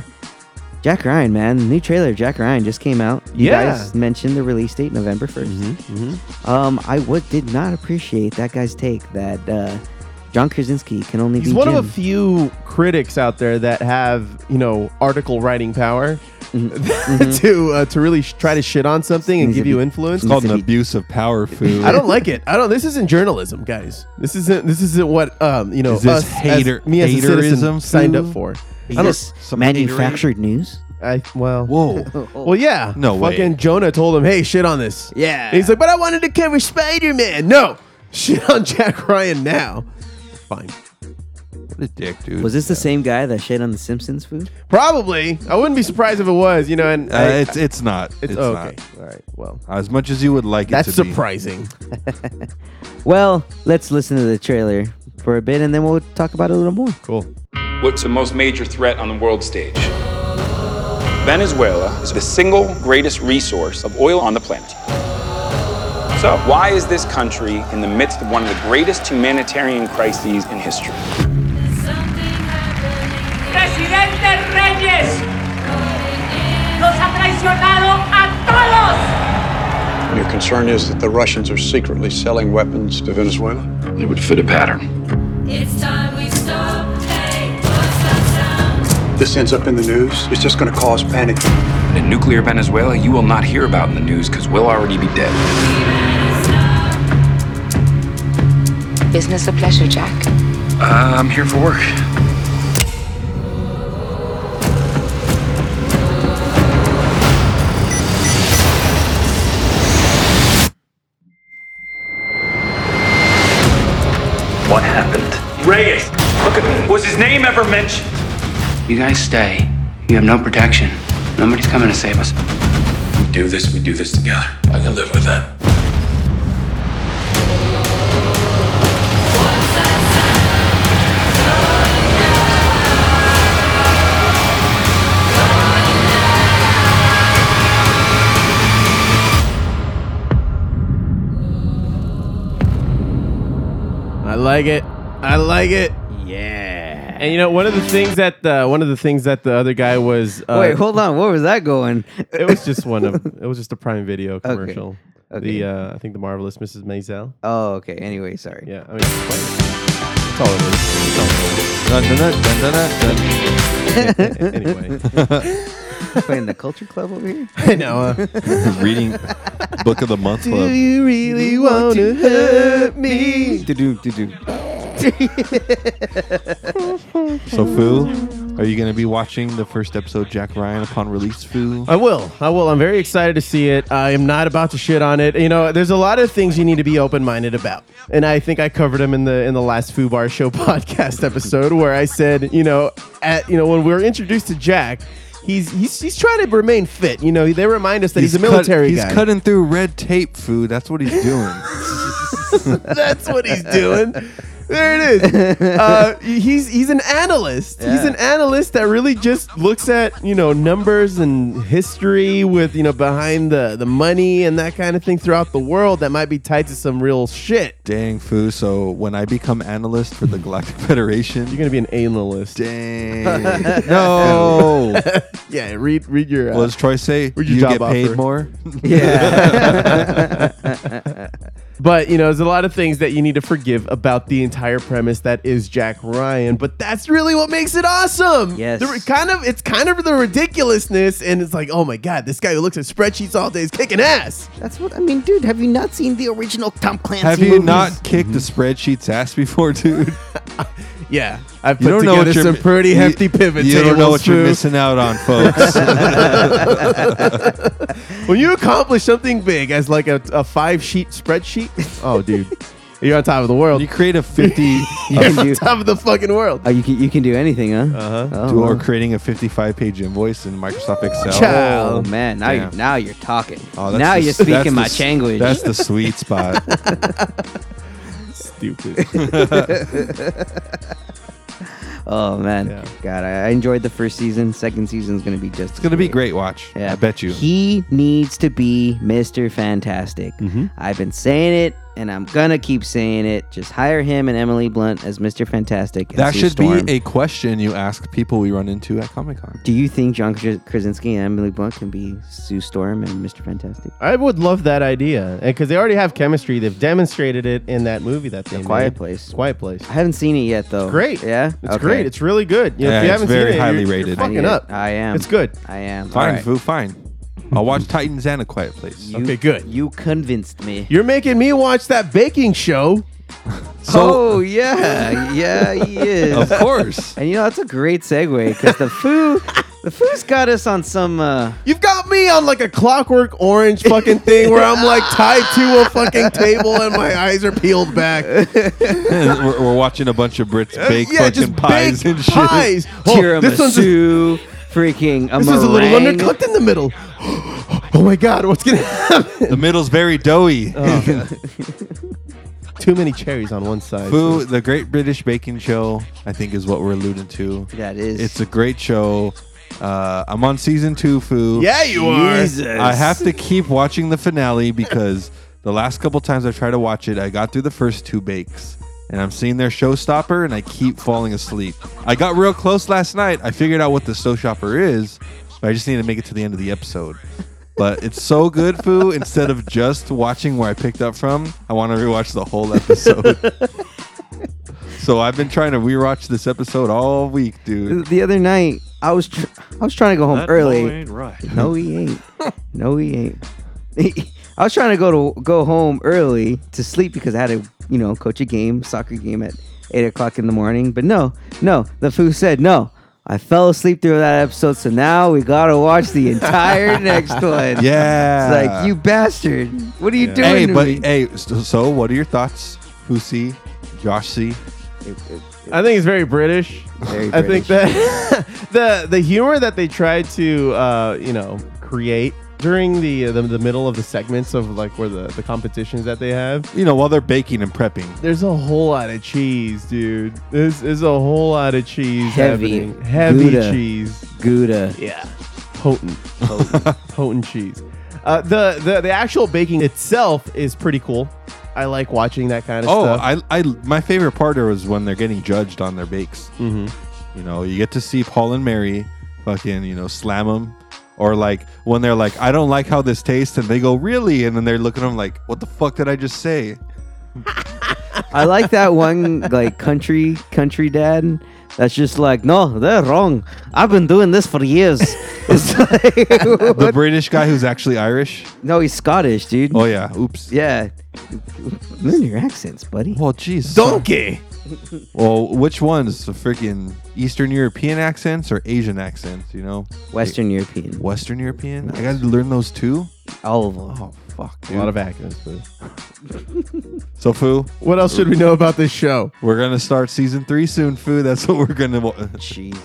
Jack Ryan, man, the new trailer of Jack Ryan just came out. You Yeah. guys mentioned the release date November 1st. Um I w- did not appreciate that guy's take that uh John Krasinski can only He's be one Jim. of a few critics out there that have, you know, article writing power to uh, to really sh- try to shit on something and Mm-hmm. Needs to give you be- influence. it's called an abuse of power, foo. I don't like it. I don't. This isn't journalism, guys. This isn't. This isn't what um you know Is this us hater- as, me as a citizen haterism signed up food? for. Is I don't- this some manufactured news? I well. Whoa. Well, yeah. No way. Fucking Jonah told him, "Hey, shit on this." Yeah. And he's like, "But I wanted to cover Spider Man." No, shit on Jack Ryan now. Fine. What a dick, dude. Was this the same guy that shit on the Simpsons food? Probably. I wouldn't be surprised if it was. You know, and Uh, I- it's it's not. It's, it's, oh, okay. not. All right. Well, As much as you would like that's it to be. surprising. Well, let's listen to the trailer for a bit and then we'll talk about it a little more. Cool. What's the most major threat on the world stage? Venezuela is the single greatest resource of oil on the planet. So, why is this country in the midst of one of the greatest humanitarian crises in history? Presidente Reyes, traicionado a Your concern is that the Russians are secretly selling weapons to Venezuela? It would fit a pattern. todos. It's time we stop. This ends up in the news. It's just going to cause panic. In nuclear Venezuela, you will not hear about in the news because we'll already be dead. Business or pleasure, Jack? Uh, I'm here for work. What happened? Reyes! Look at me. Was his name ever mentioned? You guys stay. You have no protection. Nobody's coming to save us. We do this, we do this together. I can live with that. I like it. I like it. Yeah. And you know, one of the things that the one of the things that the other guy was uh, Wait, hold on. Where was that going? it was just one of it was just a Prime Video commercial. Okay. The uh, I think the marvelous Mrs. Maisel. Oh, okay. Anyway, sorry. Yeah, I mean, that's all it is. It's all it is. anyway, Playing the culture club over here? I know. Uh, Reading Book of the Month Do Club. you really want to hurt me? Do-do, do-do. So, Foo, are you going to be watching the first episode, Jack Ryan, upon release, Foo? I will. I will. I'm very excited to see it. I am not about to shit on it. You know, there's a lot of things you need to be open-minded about, and I think I covered them in the in the last Foo Bar Show podcast episode where I said, you know, at you know when we were introduced to Jack. He's, he's, he's trying to remain fit. You know, they remind us that he's, a cut- military he's guy. cutting through red tape, Foo. That's what he's doing. That's what he's doing. There it is. Uh, he's he's an analyst. He's an analyst that really just looks at you know numbers and history with you know behind the the money and that kind of thing throughout the world that might be tied to some real shit. Dang, Foo. So, when I become analyst for the Galactic Federation, You're gonna be an analyst. dang. no. Yeah, read read your. What Uh, does Troy say? Where'd your you job get paid offer? more? but you know, there's a lot of things that you need to forgive about the entire premise that is Jack Ryan. But that's really what makes it awesome. Yes. the, ri- kind of it's kind of the ridiculousness, and it's like, oh my god, this guy who looks at spreadsheets all day is kicking ass. That's what I mean, dude. Have you not seen the original Tom Clancy? Have you movies? not kicked the Mm-hmm. spreadsheet's ass before, dude? Yeah, I've put You don't know together what you're some mi- pretty you- hefty pivot You tables. don't know what you're Fu. missing out on, folks. When you accomplish something big as like a, a five sheet spreadsheet, oh dude, you're on top of the world. you create a 50 You're on you- top of the fucking world. Oh, you can you can do anything, huh? Uh huh. or creating a 55 page invoice in Microsoft Excel. Child. Oh man, now Yeah. you now you're talking. Oh, that's now the- you're that's the speaking my s- language. That's the sweet spot. Stupid. oh man, Yeah. God, I, I enjoyed the first season. Second season's gonna be just. It's going to be great watch. I bet you. He needs to be Mr. Fantastic. Mm-hmm. I've been saying it, and I'm gonna keep saying it. Just hire him and Emily Blunt as Mr. Fantastic. and that Sue should Storm. be a question you ask people we run into at Comic Con. Do you think John Kras- Krasinski and Emily Blunt can be Sue Storm and Mr. Fantastic? I would love that idea because they already have chemistry. They've demonstrated it in that movie that they Quiet made. Place. Quiet Place. I haven't seen it yet, though. Great. Yeah. it's great. It's really good. You know, Yeah, if you it's haven't very seen it, highly you're, rated. You're I need fucking it. up. I am. It's good. I am. Fine, All right. Foo, fine. I'll watch Titans and A Quiet Place. You- Okay, good. You convinced me. You're making me watch that baking show. oh yeah, yeah, he Of Oh. is. course. and you know that's a great segue because the foo, the foo's got us on some. Uh, You've got me on like a clockwork orange fucking thing where I'm like tied to a fucking table and my eyes are peeled back. we're, we're watching a bunch of Brits Uh, bake yeah, fucking just pies baked and shit. pies. Oh, this one's a, tiramisu, freaking a this is a little meringue. undercooked in the middle. Oh my god, what's gonna happen? The middle's very doughy. Oh. Too many cherries on one side. Foo, the Great British Baking Show, I think is what we're alluding to. That is. It's a great show. Uh, I'm on season two, Foo. Yeah, you are. I have to keep watching the finale because the last couple times I tried to watch it, I got through the first two bakes. And I'm seeing their showstopper and I keep falling asleep. I got real close last night. I figured out what the showstopper is, But I just need to make it to the end of the episode. But it's so good, Foo. Instead of just watching where I picked up from, I want to rewatch the whole episode. so I've been trying to rewatch this episode all week, dude. The other night, I was tr- I was trying to go home That early. boy ain't right. No, he ain't. no, he ain't. I was trying to go to go home early to sleep because I had to, you know, coach a game, soccer game at eight o'clock in the morning. But no, no, the foo said no. I fell asleep through that episode, so now we gotta watch the entire next one. Yeah. it's like you bastard. What are you doing? Hey, to but me?" hey, so, so what are your thoughts, Fusi, Josh C? I think it's very British. Very I think that the the humor that they tried to uh, you know create during the, the the middle of the segments of like where the the competitions that they have. You know, while they're baking and prepping. There's a whole lot of cheese, dude. There's, there's a whole lot of cheese Heavy. happening. Heavy Gouda. cheese. Gouda. Yeah. Potent. Potent, potent cheese. Uh, the, the the actual baking itself is pretty cool. I like watching that kind of Oh, stuff. I, I, my favorite part was when they're getting judged on their bakes. Mhm. You know, you get to see Paul and Mary fucking, you know, slam them. Or like when they're like, I don't like how this tastes. And they go, really? And then they're looking at them like, what the fuck did I just say? I like that one like country country dad that's just like, no, they're wrong. I've been doing this for years. It's like, The British guy who's actually Irish. no, he's Scottish, dude. Oh, yeah. Oops. Yeah. Learn your accents, buddy. Well, jeez. Donkey. Well, which ones? The freaking Eastern European accents or Asian accents, you know? Western European. Western European? I got to learn those too? All of them. Oh, fuck. a Dude. lot of accents. but- So, Foo, What else should we know about this show? we're going to start season three soon, Foo. That's what we're going to. Jesus.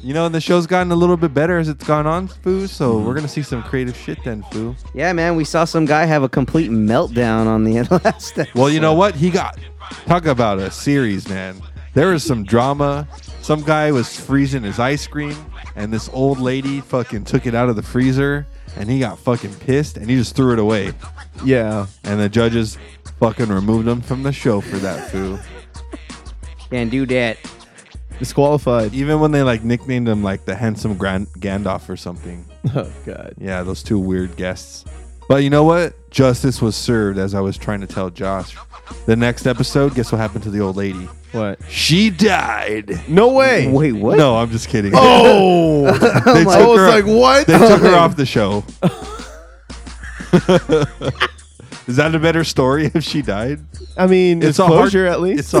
You know, and the show's gotten a little bit better as it's gone on, Foo. So we're gonna see some creative shit then, Foo. Yeah, man, we saw some guy have a complete meltdown on the last episode. Well, you know what? He got talk about a series, man. There was some drama. Some guy was freezing his ice cream, and this old lady fucking took it out of the freezer, and he got fucking pissed, and he just threw it away. Yeah. And the judges fucking removed him from the show for that, Foo. Can't do that. Disqualified. Even when they like nicknamed him like the handsome Grand- Gandalf or something. Oh god. Yeah, those two weird guests. But you know what? Justice was served, as I was trying to tell Josh. The next episode, guess what happened to the old lady? What? She died. No way. Wait, what? No, I'm just kidding. Oh. they took I was her, like, what? They took her off the show. Is that a better story if she died? I mean, it's, a closure heart- at least. It's a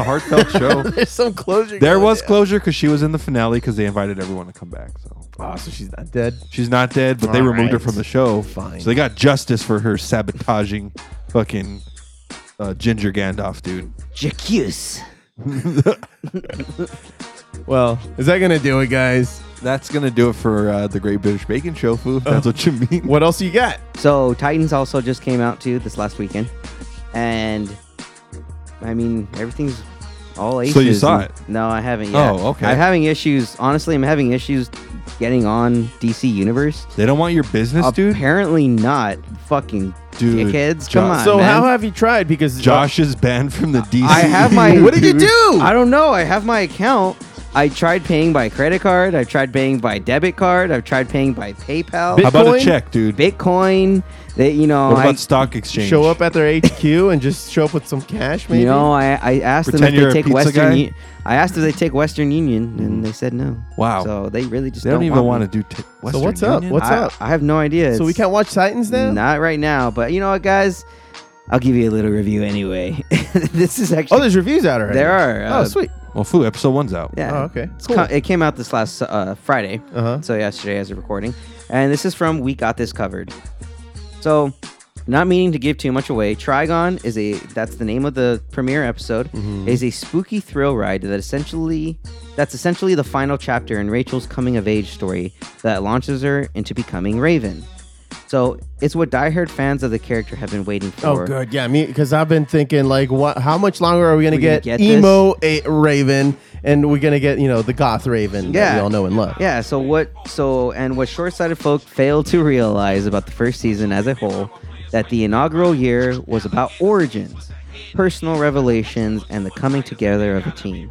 heartfelt show. There's some closure. there going was on. closure because she was in the finale because they invited everyone to come back. So Oh, so she's not dead. She's not dead, but they All removed her right. from the show. Fine. So they got justice for her sabotaging fucking uh, Ginger Gandalf, dude. Jacuse. Well, is that gonna do it, guys? That's going to do it for uh, the Great British Bacon Show, Foo, if that's what you mean. What else you got? So Titans also just came out too this last weekend, and I mean everything's all aces. So you saw and- it? No, I haven't yet. Oh, okay. I'm having issues. Honestly, I'm having issues getting on DC Universe. They don't want your business, dude? Apparently not. Fucking Dude, dickheads. Jo- Come on, so man. how have you tried? Because Josh is banned from the DC. I have my. What did you do? I don't know. I have my account. I tried paying by credit card. I've tried paying by debit card. I've tried paying by PayPal. How about a Bitcoin? check, dude? Bitcoin. That you know. what I, about stock exchange? show up at their HQ and just show up with some cash, maybe. You know, I, I asked Pretend them you're if a they take pizza Western. guy? Mm. U- I asked if they take Western Union, and they said no. Wow. So they really just they don't, even want want to do t- Western what's up? Union? What's I, up? I have no idea. so we It's can't watch Titans now. Not right now, but you know what, guys? I'll give you a little review anyway. this is Oh, actually there's reviews out already. there are. uh, Oh, sweet. Well, Foo, episode one's out. Yeah. Oh, okay. It's Cool. co- it came out this last uh, Friday. Uh-huh. So yesterday as a recording. And this is from We Got This Covered. So not meaning to give too much away, Trigon is a that's the name of the premiere episode, Mm-hmm. is a spooky thrill ride that essentially that's essentially the final chapter in Rachel's coming of age story that launches her into becoming Raven. So it's what diehard fans of the character have been waiting for. Oh, good. Yeah, me because I've been thinking like, what? How much longer are we gonna We gonna get, get emo a- Raven, and we're gonna get you know the goth Raven that we all know and love. Yeah. So what? So and what short-sighted folk fail to realize about the first season as a whole that the inaugural year was about origins. personal revelations, and the coming together of a team.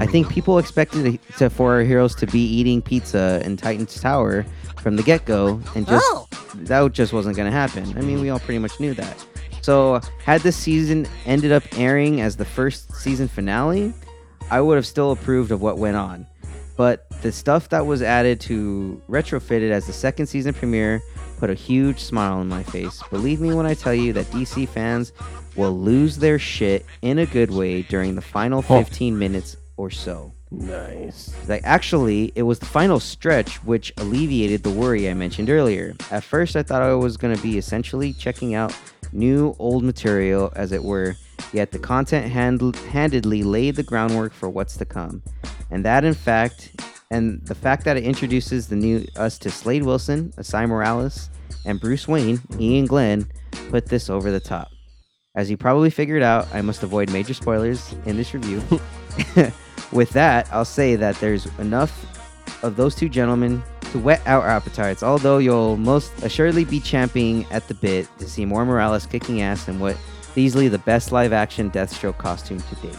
I think Mm. people expected to, for our heroes to be eating pizza in Titan's Tower from the get go, and just Oh. that just wasn't going to happen. I mean, we all pretty much knew that. So, had this season ended up airing as the first season finale, I would have still approved of what went on. But the stuff that was added to retrofitted as the second season premiere put a huge smile on my face. Believe me when I tell you that DC fans will lose their shit in a good way during the final 15 minutes or so. Nice. Like actually, it was the final stretch which alleviated the worry I mentioned earlier. At first, I thought I was going to be essentially checking out new old material as it were, yet the content hand- handedly laid the groundwork for what's to come. And that in fact, and the fact that it introduces the new us to Slade Wilson, Asai Morales, and Bruce Wayne, Ian Glenn, put this over the top. As you probably figured out, I must avoid major spoilers in this review. With that, I'll say that there's enough of those two gentlemen to whet our appetites, although you'll most assuredly be champing at the bit to see more Morales kicking ass in what is easily the best live action Deathstroke costume to date.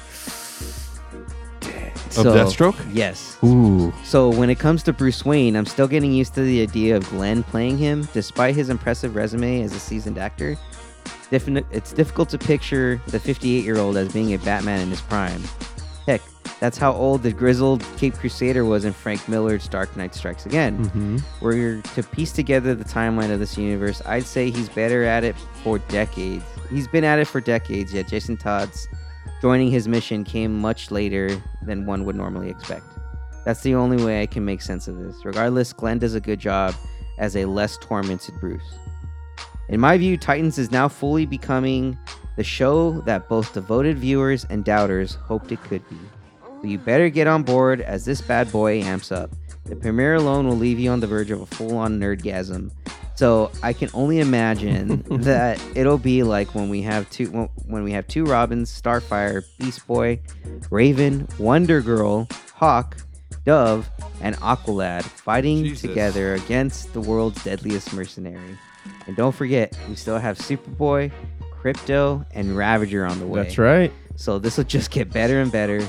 Of Deathstroke? Yes. Ooh. So when it comes to Bruce Wayne, I'm still getting used to the idea of Glenn playing him, despite his impressive resume as a seasoned actor. Diffin- it's difficult to picture the 58 year old as being a Batman in his prime. Heck, that's how old the grizzled Cape Crusader was in Frank Miller's Dark Knight Strikes Again. Mhm. Where to piece together the timeline of this universe, I'd say he's better at it for decades. He's been at it for decades, yet Jason Todd's joining his mission came much later than one would normally expect. That's the only way I can make sense of this. Regardless, Glenn does a good job as a less tormented Bruce. In my view, Titans is now fully becoming the show that both devoted viewers and doubters hoped it could be. But you better get on board as this bad boy amps up. The premiere alone will leave you on the verge of a full on nerdgasm. So I can only imagine that it'll be like when we have two when- when we have two Robins, Starfire, Beast Boy, Raven, Wonder Girl, Hawk, Dove, and Aqualad fighting together against the world's deadliest mercenary. And don't forget, we still have Superboy, Crypto, and Ravager on the way. That's right. So this will just get better and better.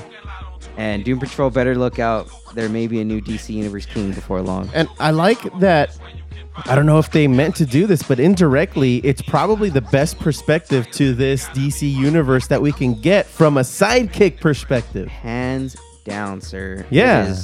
And Doom Patrol better look out. There may be a new DC Universe King before long. And I like that. I don't know if they meant to do this, but indirectly, it's probably the best perspective to this DC universe that we can get from a sidekick perspective. Hands down, sir. It Yeah. is-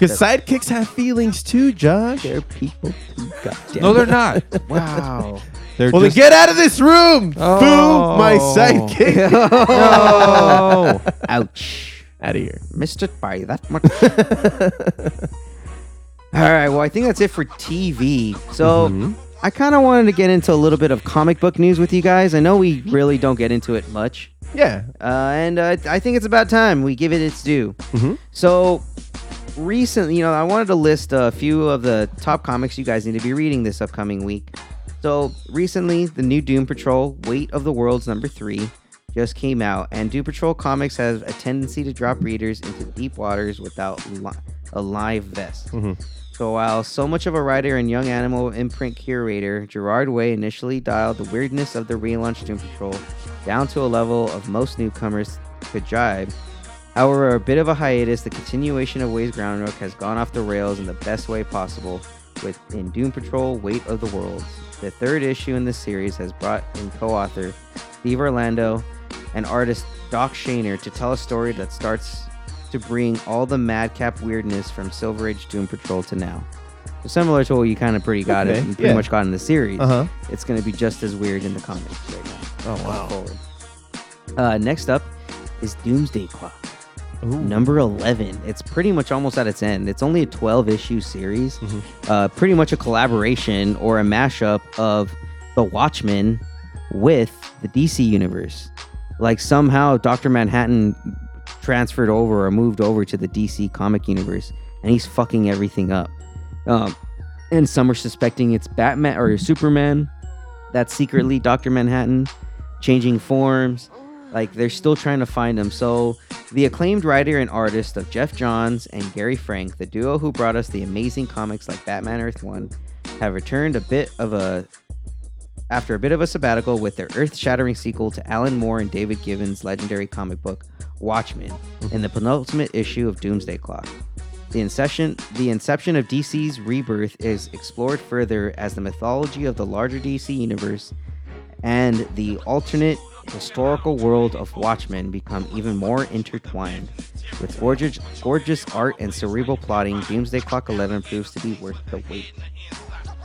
Because sidekicks have feelings too, Josh. They're people too, goddamn. No, they're not. wow. They're well, just- then get out of this room, Oh. boo, my sidekick. Oh. No. Ouch. Out of here. Missed it by that much. All right. Well, I think that's it for TV. So I kind of wanted to get into a little bit of comic book news with you guys. I know we really don't get into it much. Yeah. Uh, and uh, I think it's about time we give it its due. So recently, you know, I wanted to list a few of the top comics you guys need to be reading this upcoming week. So recently, the new Doom Patrol, Weight of the Worlds number three, just came out, and Doom Patrol comics has a tendency to drop readers into deep waters without li- a live vest. So while so much of a writer and young animal imprint curator, Gerard Way initially dialed the weirdness of the relaunched Doom Patrol down to a level of most newcomers could jibe. However, a bit of a hiatus, the continuation of Way's groundwork has gone off the rails in the best way possible with in Doom Patrol Weight of the Worlds. The third issue in this series has brought in co-author Steve Orlando and artist Doc Shaner to tell a story that starts to bring all the madcap weirdness from Silver Age Doom Patrol to now. So similar to what you kind of pretty got Okay, it, and pretty yeah. much got in the series. Uh-huh. It's going to be just as weird in the comics right now. Oh, wow. Forward. Uh, next up is Doomsday Clock. Number 11. It's pretty much almost at its end. It's only a 12 issue series. Uh, pretty much a collaboration or a mashup of The Watchmen with the DC Universe. Like somehow Dr. Manhattan transferred over or moved over to the DC comic universe and he's fucking everything up. Um, and some are suspecting it's Batman or Superman that's secretly Dr. Manhattan, changing forms. Like they're still trying to find him. So the acclaimed writer and artist of Jeff Johns and Gary Frank, the duo who brought us the amazing comics like Batman Earth 1, have returned a bit of a after a bit of a sabbatical with their earth shattering sequel to Alan Moore and David Gibbons' legendary comic book, Watchmen, and the penultimate issue of Doomsday Clock. The inception, the inception of DC's rebirth is explored further as the mythology of the larger DC universe and the alternate historical world of Watchmen become even more intertwined. With gorgeous, gorgeous art and cerebral plotting, Doomsday Clock 11 proves to be worth the wait.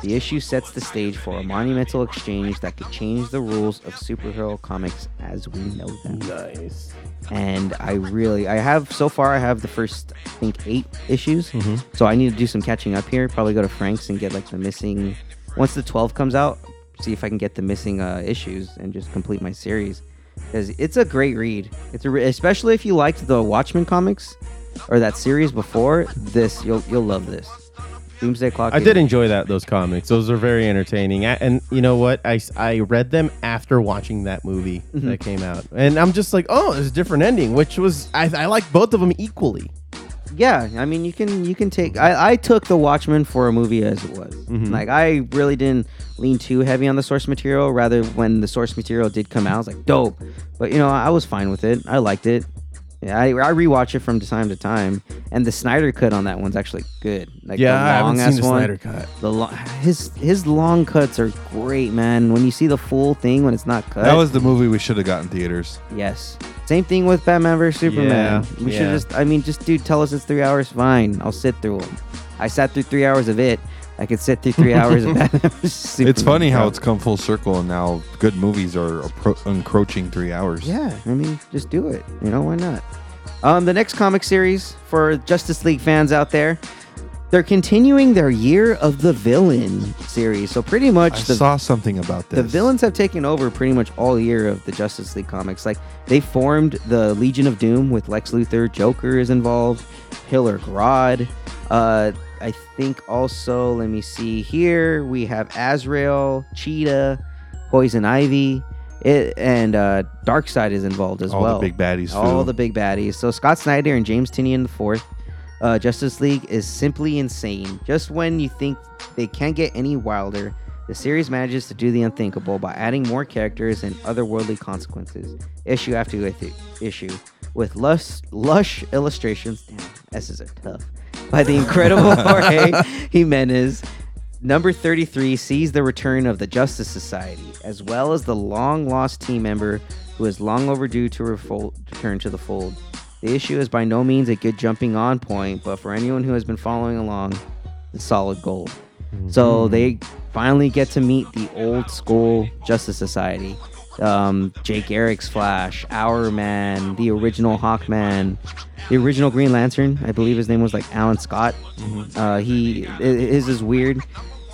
The issue sets the stage for a monumental exchange that could change the rules of superhero comics as we know them. Nice. And I really, I have so far, I have the first, I think, eight issues. Mm-hmm. So I need to do some catching up here. Probably go to Frank's and get like the missing. Once the 12 comes out, see if I can get the missing uh, issues and just complete my series. Because it's a great read. It's a re- especially if you liked the Watchmen comics or that series before this, you'll you'll love this. Doomsday Clock. I is- did enjoy that those comics. Those are very entertaining. I, and you know what? I, s- I read them after watching that movie Mhm. that came out, and I'm just like, oh, there's a different ending, which was I, I like both of them equally. yeah i mean you can you can take i, I took the watchmen for a movie as it was Mm-hmm. like i really didn't lean too heavy on the source material rather when the source material did come out i was like dope but you know i was fine with it i liked it yeah, I, I rewatch it from time to time, and the Snyder cut on that one's actually good. Like Yeah, I the haven't long seen ass the one. Snyder cut. The lo- his his long cuts are great, man. When you see the full thing when it's not cut, That was the movie we should have gotten theaters. Yes. Same thing with Batman vs Superman. Yeah, we yeah. should just, I mean, just dude, tell us it's three hours. Fine, I'll sit through them. I sat through three hours of it. I could sit through three hours of Batman vs Superman. It's funny how bro. it's come full circle, and now good movies are appro- encroaching three hours. Yeah, I mean, just do it. You know, why not? Um, the next comic series for Justice League fans out there, they're continuing their Year of the Villain series. So pretty much, I the, saw something about this. the villains have taken over pretty much all year of the Justice League comics. Like they formed the Legion of Doom with Lex Luthor, Joker is involved, Killer Grodd. Uh, I think also, let me see here, we have Azrael, Cheetah, Poison Ivy, it, and uh, Darkseid is involved as All the well. big baddies, All fool. the big baddies. So Scott Snyder and James Tinian the fourth. Uh, Justice League is simply insane. Just when you think they can't get any wilder, the series manages to do the unthinkable by adding more characters and otherworldly consequences, issue after ith- issue, with lush, lush illustrations. Damn, S's are tough. By the incredible Jorge Jimenez. Number 33 sees the return of the Justice Society, as well as the long lost team member who is long overdue to refol- return to the fold. The issue is by no means a good jumping on point, but for anyone who has been following along, it's solid gold. So they finally get to meet the old school Justice Society. Um, Jake Eric's Flash, Our Man, the original Hawkman, the original Green Lantern. I believe his name was like Alan Scott. Uh, he i- his is weird.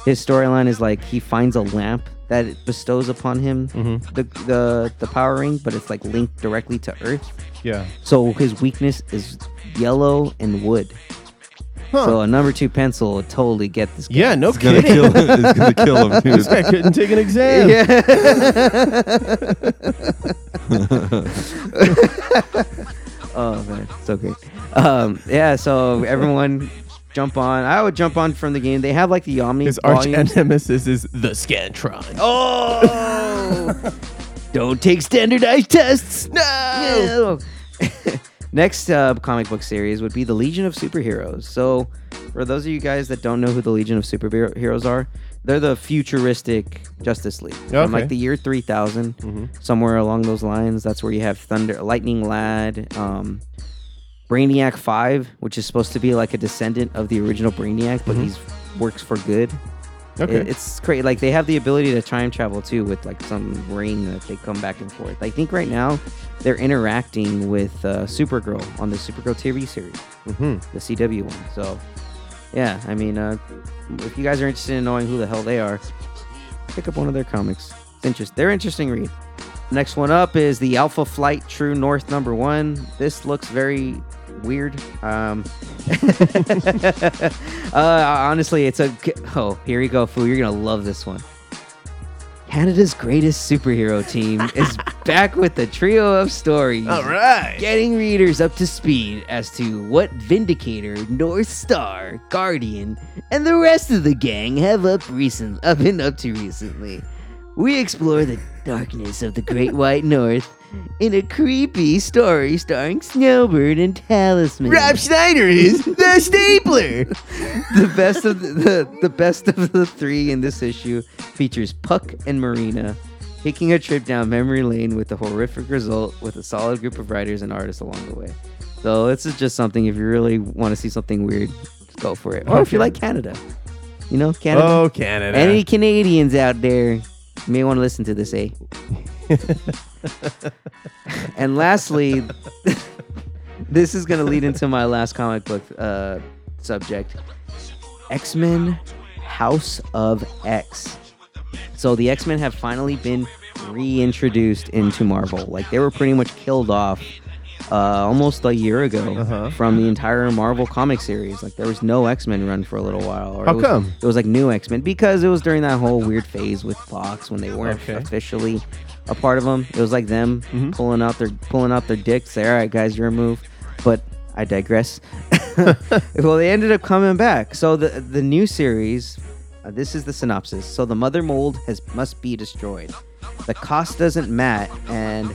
His storyline is like he finds a lamp that it bestows upon him the, the the power ring, but it's like linked directly to Earth. Yeah. So his weakness is yellow and wood. So a number two pencil would totally get this. Yeah, no It's gonna kidding. kill- it's gonna kill him, dude. Oh This guy couldn't take an exam. oh man, so great. Um, yeah, so everyone jump on. I would jump on from the game. They have like the Omni. His arch volumes. nemesis is the Scantron. Oh! Don't take standardized tests. No. Next uh, comic book series would be the Legion of Superheroes. So, for those of you guys that don't know who the Legion of Superheroes are, they're the futuristic Justice League from Okay. like the year 3000, somewhere along those lines. That's where you have Thunder, Lightning Lad, um, Brainiac Five, which is supposed to be like a descendant of the original Brainiac, but he's works for good. Okay. It- it's crazy. Like they have the ability to time travel too, with like some ring that they come back and forth. I think right now they're interacting with uh, Supergirl on the Supergirl TV series, Mhm. the CW one. So, yeah, I mean, uh, if you guys are interested in knowing who the hell they are, pick up one of their comics. It's interest- they're interesting read. Next one up is the Alpha Flight True North number one. This looks very weird. Um, uh, honestly, it's a. Oh, here you go, Foo. You're going to love this one. Canada's greatest superhero team is back with the trio of stories. All right. Getting readers up to speed as to what Vindicator, North Star, Guardian, and the rest of the gang have up recent, have been up to recently. we explore the darkness of the Great White North in a creepy story starring Snowbird and Talisman. Rob Schneider is the stapler. the best of the, the the best of the three in this issue features Puck and Marina taking a trip down memory lane with the horrific result with a solid group of writers and artists along the way. So this is just something if you really want to see something weird, just go for it. Or if you like Canada. You know, Canada. Oh, Canada. Any Canadians out there you may want to listen to this, eh? and lastly, this is going to lead into my last comic book uh, subject X Men House of X. So the X Men have finally been reintroduced into Marvel. Like they were pretty much killed off uh, almost a year ago Uh-huh. from the entire Marvel comic series. Like there was no X Men run for a little while. Or How it was, come? It was like new X Men because it was during that whole weird phase with Fox when they weren't Okay. Mm-hmm. officially a part of them. It was like them pulling out their pulling out their dicks. Say, all right, guys, your move. But I digress. well, they ended up coming back. So the the new series, uh, this is the synopsis. So the mother mold has must be destroyed. The cost doesn't mat and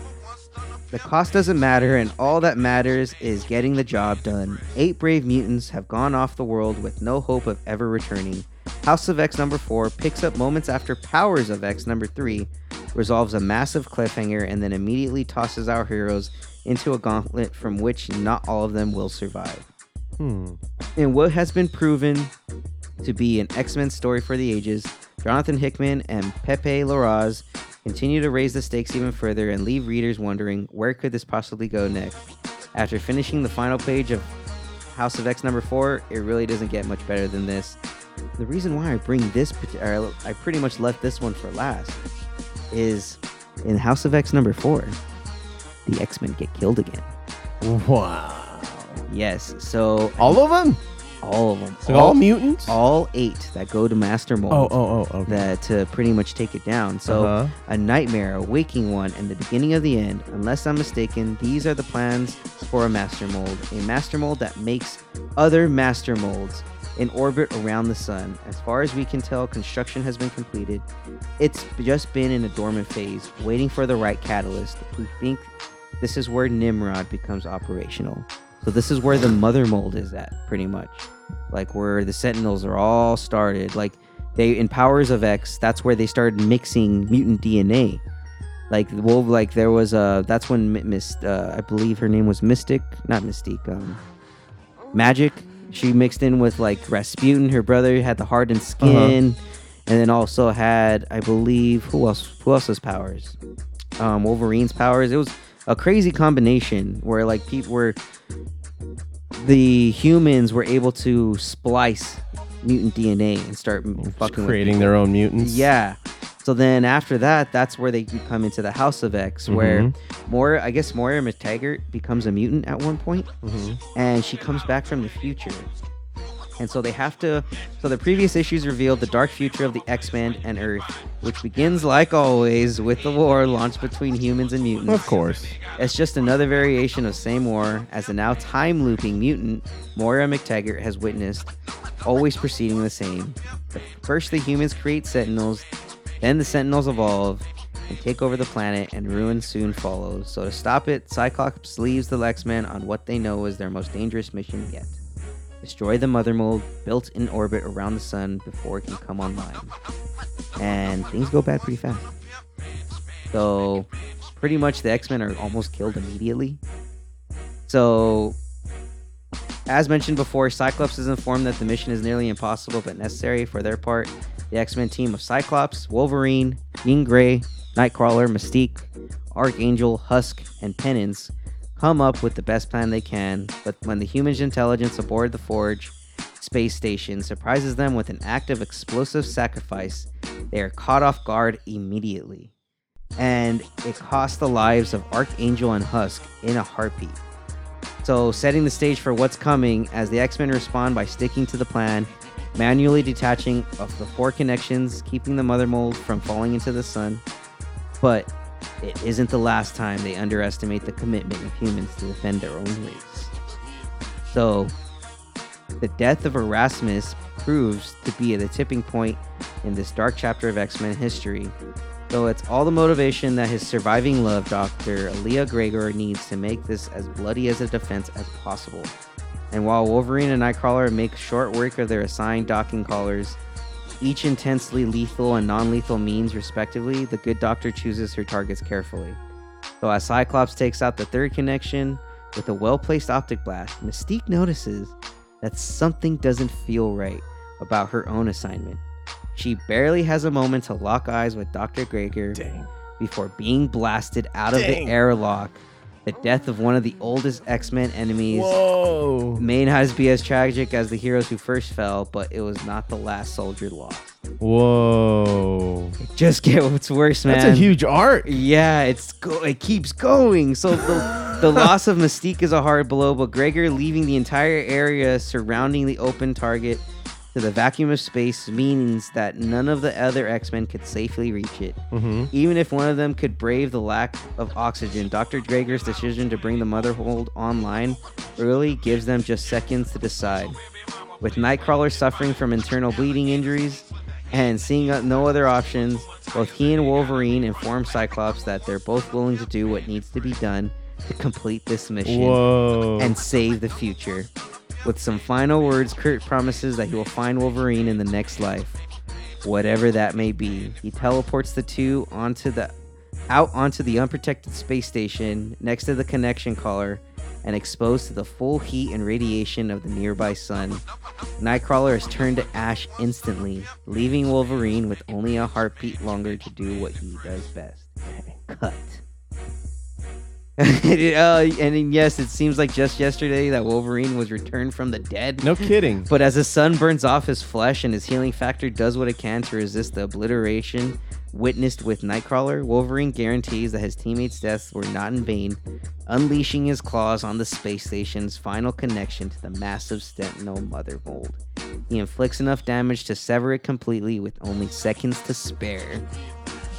the cost doesn't matter, and all that matters is getting the job done. Eight brave mutants have gone off the world with no hope of ever returning. House of X number four picks up moments after Powers of X number three resolves a massive cliffhanger and then immediately tosses our heroes into a gauntlet from which not all of them will survive. Hmm. In what has been proven to be an X Men story for the ages, Jonathan Hickman and Pepe Larraz continue to raise the stakes even further and leave readers wondering where could this possibly go next. After finishing the final page of House of X number four, it really doesn't get much better than this. The reason why I bring this, parti- or I pretty much left this one for last, is in House of X number four, the X Men get killed again. Wow. Yes. So all of them, all Oh, of them, So all mutants? all eight that go to Master Mold. Oh, oh, oh, okay. That to pretty much take it down. So Uh-huh. a nightmare, a waking one, and the beginning of the end. Unless I'm mistaken, these are the plans for a Master Mold, a Master Mold that makes other Master Molds in orbit around the sun. As far as we can tell, construction has been completed. It's just been in a dormant phase, waiting for the right catalyst. We think this is where Nimrod becomes operational. So this is where the mother mold is at, pretty much. Like where the Sentinels are all started. Like they in Powers of X, that's where they started mixing mutant DNA. Like well, like there was a that's when Mi- Miss uh, I believe her name was Mystic, not Mystique. Um, Magic. She mixed in with like Rasputin, her brother had the hardened skin, and then also had I believe who else? Who else's powers? Um, Wolverine's powers. It was a crazy combination where like people were the humans were able to splice mutant DNA and start m- fucking with creating their own mutants. yeah. So then after that, that's where they come into the House of X, where Mhm. more I guess Moira McTaggart becomes a mutant at one point, Mhm. and she comes back from the future. And so they have to. So the previous issues revealed the dark future of the X Men and Earth, which begins like always with the war launched between humans and mutants. Of course. It's just another variation of same war, as the now time looping mutant Moira McTaggart has witnessed, always proceeding the same. First, the humans create sentinels, then the sentinels evolve and take over the planet, and ruin soon follows. So, to stop it, Cyclops leaves the Lex Men on what they know is their most dangerous mission yet destroy the mother mold built in orbit around the sun before it can come online. And things go bad pretty fast. So, pretty much the X Men are almost killed immediately. So, as mentioned before, Cyclops is informed that the mission is nearly impossible but necessary for their part. The X Men team of Cyclops, Wolverine, Jean Grey, Nightcrawler, Mystique, Archangel, Husk, and Penance come up with the best plan they can, but when the human intelligence aboard the Forge space station surprises them with an act of explosive sacrifice, they are caught off guard immediately. And it costs the lives of Archangel and Husk in a heartbeat. So, setting the stage for what's coming as the X Men respond by sticking to the plan, manually detaching of the four connections, keeping the mother mold from falling into the sun. But it isn't the last time they underestimate the commitment of humans to defend their own race. So, the death of Erasmus proves to be the tipping point in this dark chapter of X Men history, Though it's all the motivation that his surviving love, Dr. Aaliyah Gregor, needs to make this as bloody as a defense as possible. And while Wolverine and Nightcrawler make short work of their assigned docking collars, each intensely lethal and non lethal means, respectively, the good doctor chooses her targets carefully. Though as Cyclops takes out the third connection with a well placed optic blast, Mystique notices that something doesn't feel right about her own assignment. She barely has a moment to lock eyes with Dr. Gregor before being blasted out of Dang. the airlock. The death of one of the oldest X Men enemies Whoa. may not be as tragic as the heroes who first fell, but it was not the last soldier lost. Whoa. Just get what's worse, man. That's a huge arc. Yeah, it's go- it keeps going. So the, the loss of Mystique is a hard blow, but Gregor leaving the entire area surrounding the open target to the vacuum of space means that none of the other X-Men could safely reach it. Mm-hmm. Even if one of them could brave the lack of oxygen, Dr. Drager's decision to bring the Motherhold online early gives them just seconds to decide. With Nightcrawler suffering from internal bleeding injuries and seeing uh, no other options, both he and Wolverine inform Cyclops that they're both willing to do what needs to be done to complete this mission Whoa. and save the future. With some final words, Kurt promises that he will find Wolverine in the next life, whatever that may be. He teleports the two onto the out onto the unprotected space station next to the connection collar and exposed to the full heat and radiation of the nearby sun. Nightcrawler is turned to ash instantly, leaving Wolverine with only a heartbeat longer to do what he does best. Cut. uh, and then, yes, it seems like just yesterday that Wolverine was returned from the dead. No kidding. But as the sun burns off his flesh and his healing factor does what it can to resist the obliteration witnessed with Nightcrawler, Wolverine guarantees that his teammates' deaths were not in vain, unleashing his claws on the space station's final connection to the massive Sentinel mother mold. He inflicts enough damage to sever it completely with only seconds to spare.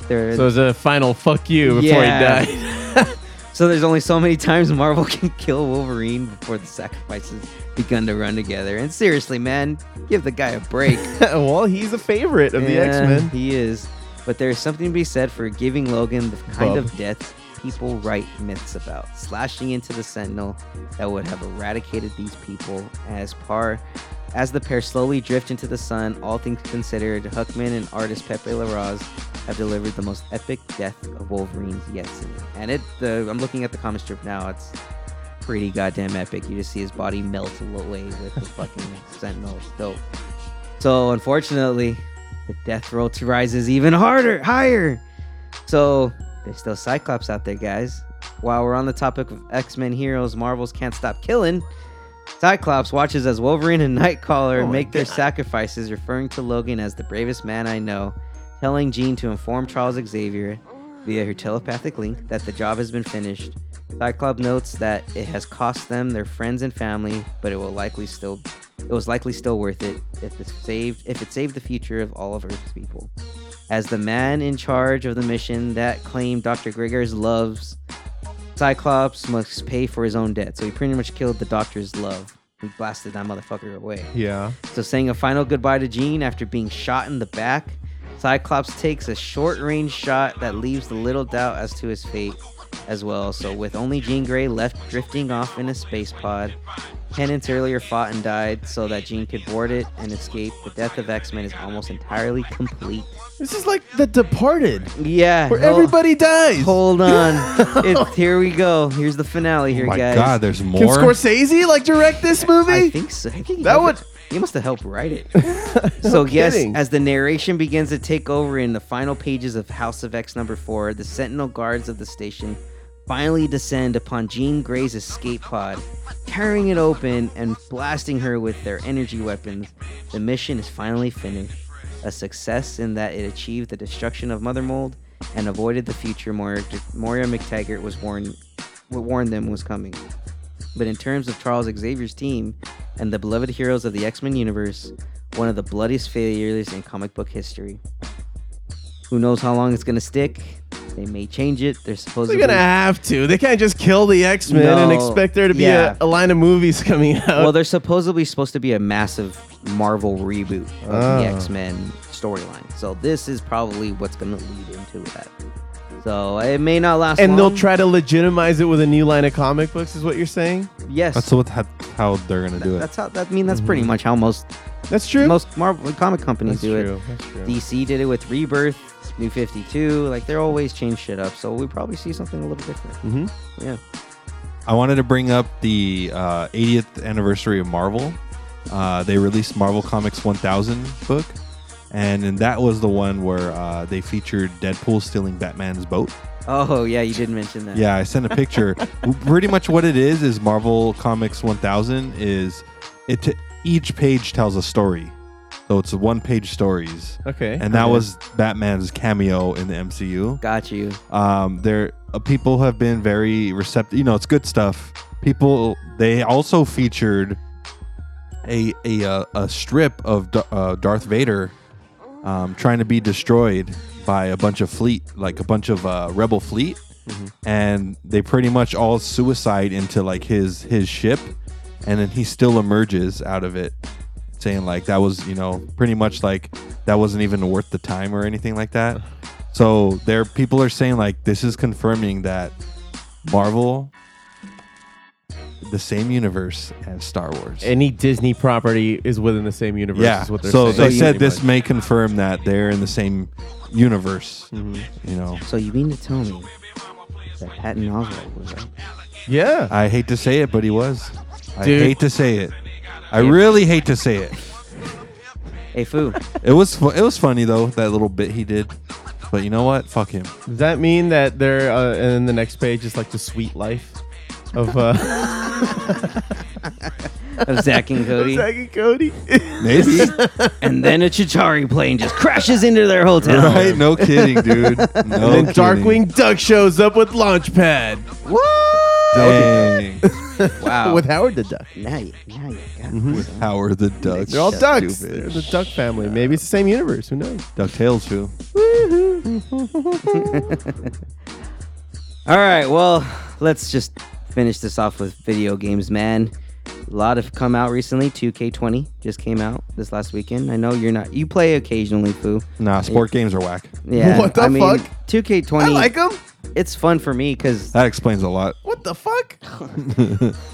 There- So it's a final fuck you before Yeah. he died. so there's only so many times Marvel can kill Wolverine before the sacrifices begun to run together. And seriously, man, give the guy a break. well, he's a favorite of the Yeah, X Men. He is. But there's something to be said for giving Logan the kind Bub. of death people write myths about, slashing into the Sentinel that would have eradicated these people as par. As the pair slowly drift into the sun, all things considered, Huckman and artist Pepe Larraz have delivered the most epic death of Wolverines yet seen. And it, the, I'm looking at the comic strip now. It's pretty goddamn epic. You just see his body melt away with the fucking Sentinel. It's dope. So unfortunately, the death roll t- rises even harder, higher. So there's still Cyclops out there, guys. While we're on the topic of X-Men heroes, Marvels can't stop killing. Cyclops watches as Wolverine and Nightcrawler Oh my make their sacrifices, referring to Logan as the bravest man I know, telling Jean to inform Charles Xavier via her telepathic link that the job has been finished. Cyclops notes that it has cost them their friends and family, but it will likely still it was likely still worth it if it saved if it saved the future of all of Earth's people. As the man in charge of the mission that claimed Dr. Gregor's loves, Cyclops must pay for his own debt. So he pretty much killed the doctor's love. He blasted that motherfucker away. Yeah. So, saying a final goodbye to Jean after being shot in the back, Cyclops takes a short range shot that leaves the little doubt as to his fate as well. So, with only Jean Grey left drifting off in a space pod, Tennant's earlier fought and died so that Jean could board it and escape. The death of X Men is almost entirely complete. This is like The Departed, Yeah. where hol- everybody dies. Hold on. it's, here we go. Here's the finale here, Oh my guys. God, there's Can more. Scorsese like direct this movie? I think so. I think he That helped- would- He must have helped write it. so yes, kidding. as the narration begins to take over in the final pages of House of X number four, the Sentinel guards of the station finally descend upon Jean Grey's escape pod, tearing it open and blasting her with their energy weapons. The mission is finally finished, a success in that it achieved the destruction of Mother Mold and avoided the future Moira, Moira McTaggart was warned, warned them was coming. But in terms of Charles Xavier's team and the beloved heroes of the X Men universe, one of the bloodiest failures in comic book history. Who knows how long it's going to stick? They may change it. They're They're supposedly gonna have to. They can't just kill the X Men and No. expect there to be Yeah. a, a line of movies coming out. well, there's supposedly supposed to be a massive Marvel reboot of the Oh. X Men storyline. So this is probably what's going to lead into that. So it may not last. and they'll long. try to legitimize it with a new line of comic books, is what you're saying? Yes, That's what ha- how they're gonna do it. that's how. That, I mean, that's pretty much how most. That's Mm-hmm. true. Most Marvel comic companies That's do true, it. that's true. DC did it with Rebirth, New Fifty Two. Like they're always change shit up. So we probably see something a little different. Mhm. Yeah. I wanted to bring up the uh, 80th anniversary of Marvel. Uh, they released Marvel Comics 1000 book, and, and that was the one where uh, they featured Deadpool stealing Batman's boat. Oh yeah, you did mention that. Yeah, I sent a picture. Pretty much what it is is Marvel Comics 1000 is it. T- each page tells a story, so it's one page stories. Okay. and that Okay. was Batman's cameo in the MCU. Got you. Um, there, uh, people have been very receptive. You know, it's good stuff. People, they also featured a a uh, a strip of D- uh, Darth Vader um, trying to be destroyed by a bunch of fleet, like a bunch of uh, rebel fleet, and they pretty much all suicide into like his his ship, and then he still emerges out of it, saying like that was you know pretty much like that wasn't even worth the time or anything like that. So there, people are saying like this is confirming that Marvel. The same universe as Star Wars. Any Disney property is within the same universe. Yeah. Is what they're so saying. they said this may confirm that they're in the same universe. Mm-hmm. You know, So you mean to tell me that Patton Oswalt was right? Yeah. I hate to say it, but he was. I Dude. hate to say it. I really hate to say it. Hey, foo. It was fu- it was funny though that little bit he did, but you know what? Fuck him. Does that mean that they're uh, and then the next page is like the sweet life of uh Of Zack and Cody. Zack and Cody. Maybe. and then a Chitari plane just crashes into their hotel. Right? No kidding, dude. No and and then Darkwing Duck shows up with Launchpad. Dang. Wow. with Howard the Duck. Now you, now you got With Howard the Duck. They're all ducks. Stupid. They're the Duck family. Maybe it's the same universe. Who knows? Ducktales too. All right, well, let's just finish this off with video games, man. A lot have come out recently. 2K20 just came out this last weekend. I know you're not. You play occasionally, Foo. Nah, sport games are whack. Yeah. What the I mean, fuck? 2K20. I like them. It's fun for me because That explains a lot. What the fuck?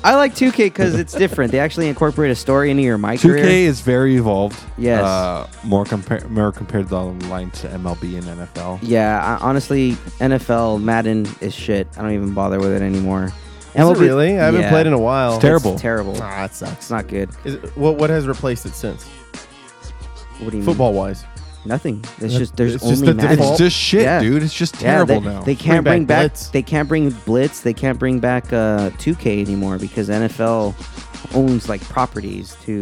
I like 2K because it's different. They actually incorporate a story into your my 2K career. is very evolved. Yes. Uh, more compar- more compared to the line to MLB and NFL. Yeah, I, honestly, NFL Madden is shit. I don't even bother with it anymore. Is it really? I haven't played in a while. It's terrible. terrible. Ah, it It's sucks. not good. Is it, what what has replaced it since? What do you Football wise. mean? Nothing. It's That- just there's it's only just the Madden. default. It's just shit, Yeah. dude. It's just Yeah, terrible they, now. They can't Bring bring, back back. Blitz. They can't bring Blitz. They can't bring back uh, 2K anymore because NFL owns like properties to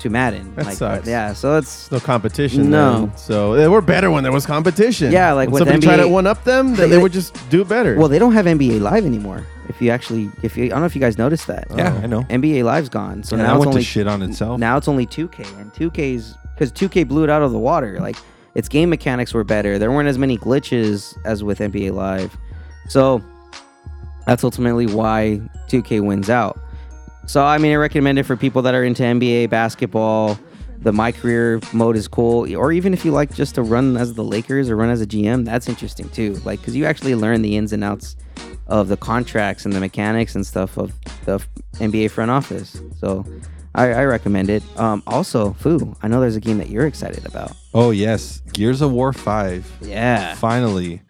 to Madden. That like, sucks. Yeah, so it's There's no competition. No. then. So they were better when there was competition. Yeah, like when, with somebody tried NBA to one up them, they, they would just do better. well, they don't have NBA Live anymore. If you actually, if you, I don't know if you guys noticed that. Yeah, I know. NBA Live's gone, so Oh. Yeah, now that it's went only to shit on itself. Now it's only 2K, and 2K's because 2K blew it out of the water. Like its game mechanics were better. There weren't as many glitches as with NBA Live, so that's ultimately why 2K wins out. So I mean, I recommend it for people that are into NBA basketball. The my career mode is cool, or even if you like just to run as the Lakers or run as a GM, that's interesting too. Like because you actually learn the ins and outs of the contracts and the mechanics and stuff of the f- NBA front office. So I, I recommend it. Um, also, Foo, I know there's a game that you're excited about. Oh yes, Gears of War Five. Yeah. Finally,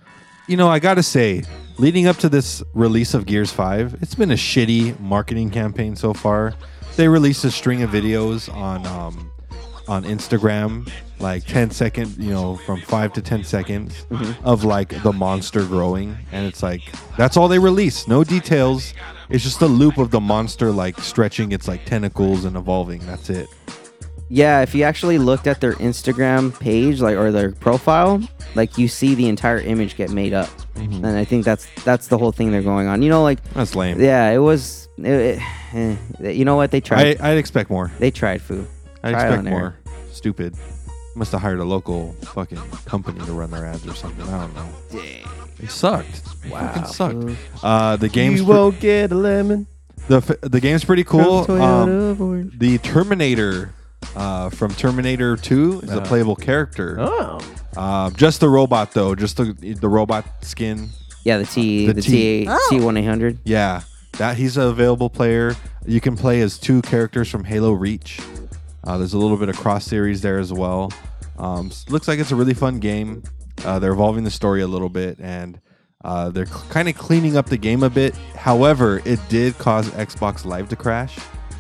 you know I gotta say, leading up to this release of Gears Five, it's been a shitty marketing campaign so far. They released a string of videos on um, on Instagram, like 10 second, you know, from five to 10 seconds of like the monster growing, and it's like that's all they release. No details. It's just a loop of the monster like stretching its like tentacles and evolving. That's it. Yeah, if you actually looked at their Instagram page, like or their profile, like you see the entire image get made up, and I think that's that's the whole thing they're going on. You know, like That's lame. yeah, it was. It, it, eh, you know what they I, tried? I'd expect more. they tried Foo. I Trial expect and error. more. Stupid. Must have hired a local fucking company to run their ads or something. I don't know. It sucked. Wow. It sucked. Uh, the game's you pre- won't get a lemon. the f- the game's pretty cool. From Toyota Um, Ford. the Terminator uh, from Terminator 2 is a Uh. playable character. Oh. Uh, just the robot though, just the the robot skin. Yeah, the T the, T T one eight hundred. Yeah, that he's an available player. You can play as two characters from Halo Reach. Uh, there's a little bit of cross series there as well. Um, s- looks like it's a really fun game. Uh, they're evolving the story a little bit and uh, they're cl- kind of cleaning up the game a bit. However, it did cause Xbox Live to crash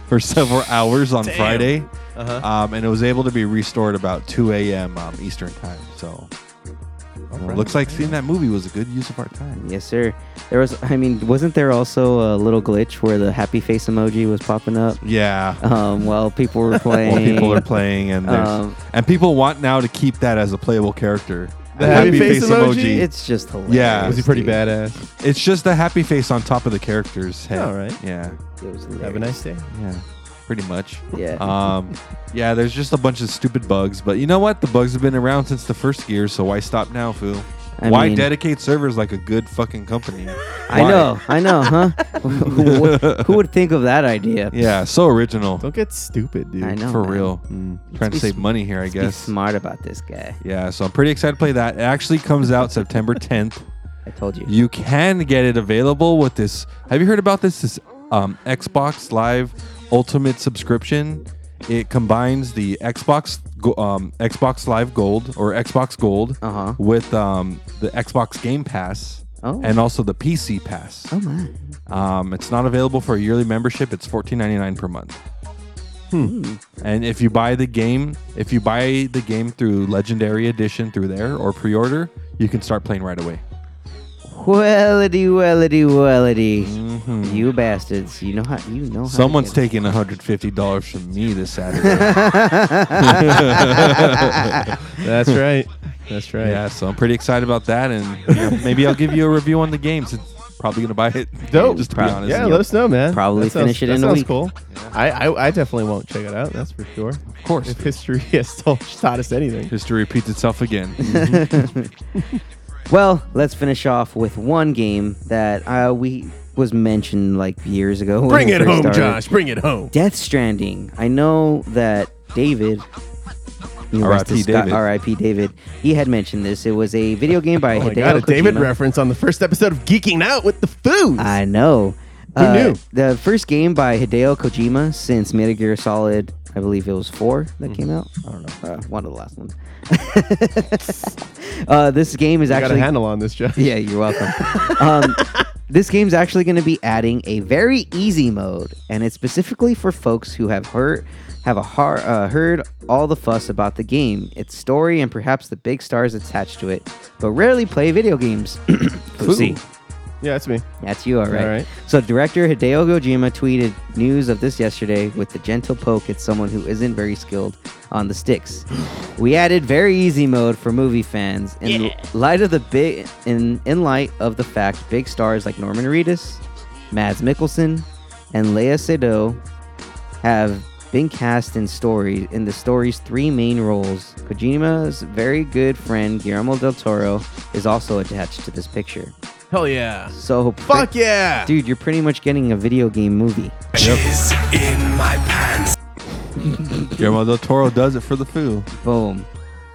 for several hours on Damn. Friday. Uh-huh. Um, and it was able to be restored about 2 a.m. Um, Eastern time. So you know, Alright. looks like seeing that movie was a good use of our time. Yes, sir. There was. I mean, wasn't there also a little glitch where the happy face emoji was popping up? Yeah. Um. While people were playing. While people are playing, and there's, Um, and people want now to keep that as a playable character. The happy face emoji? It's just hilarious. Yeah, Was he pretty dude. badass? It's just the happy face on top of the character's head. All right. Yeah. It was Have a hilarious. nice day. Yeah. Pretty much. Yeah. Um, yeah. There's just a bunch of stupid bugs, but you know what? The bugs have been around since the first year, so why stop now, fool? I why mean- dedicate servers like a good fucking company? I Why? know. I know. Huh? who, who would think of that idea? Yeah. So original. Don't get stupid, dude. I know. For man. Mm. real. Trying to be save sm- money here, I Let's guess. Be smart about this guy. Yeah, so I'm pretty excited to play that. It actually comes out September 10th. I told you. You can get it available with this. Have you heard about this? This um, Xbox Live Ultimate subscription. It combines the Xbox go- um, Xbox Live Gold or Xbox Gold Uh-huh. with um, the Xbox Game Pass Oh. and also the PC Pass. Oh my. Um, it's not available for a yearly membership. It's fourteen ninety nine per month. Hmm. And if you buy the game, if you buy the game through Legendary Edition through there or pre order, you can start playing right away. Wellity, wellity, wellity. You bastards. You know how. You know how. to Someone's get- taking $150 from me this Saturday. That's right. That's right. yeah, so I'm pretty excited about that. And you know, maybe I'll give you a review on the game since I'm probably going to buy it. Dope. Just to be honest. Yeah, let us know, man. Probably That sounds- finish it that in a sounds week. cool. I, I I definitely won't check it out. That's for sure. Of course. If history has told, taught us anything. History repeats itself again. Well, let's finish off with one game that uh, we was mentioned like years ago. when Bring we it first home, started. Josh. Bring it home. Death Stranding. I know that David. you know, rest R.I.P. his sky- David. R.I.P. David. He had mentioned this. It was a video game by Oh my Hideo god, a David Kojima. reference on the first episode of Geeking Out with the Food. I know. Uh, Who knew? The first game by Hideo Kojima since Metal Gear Solid, I believe it was four that Hmm. came out. I don't know. Uh, one of the last ones. uh, this game is I got a actually handle on this, Josh. yeah, you're welcome. um, this game's actually going to be adding a very easy mode, and it's specifically for folks who have heard have a har- uh, heard all the fuss about the game, its story, and perhaps the big stars attached to it, but rarely play video games. Pussy. Yeah, that's me. That's you, all right. All right. So, director Hideo Kojima tweeted news of this yesterday with the gentle poke at someone who isn't very skilled on the sticks. We added very easy mode for movie fans in light of the big in in light of the fact big stars like Norman Reedus, Mads Mikkelsen, and Leia Seydoux have been cast in story in the story's three main roles. Kojima's very good friend Guillermo del Toro is also attached to this picture. Hell yeah. So Fuck yeah. Dude, you're pretty much getting a video game movie. Guillermo del Toro does it for the fool. Boom.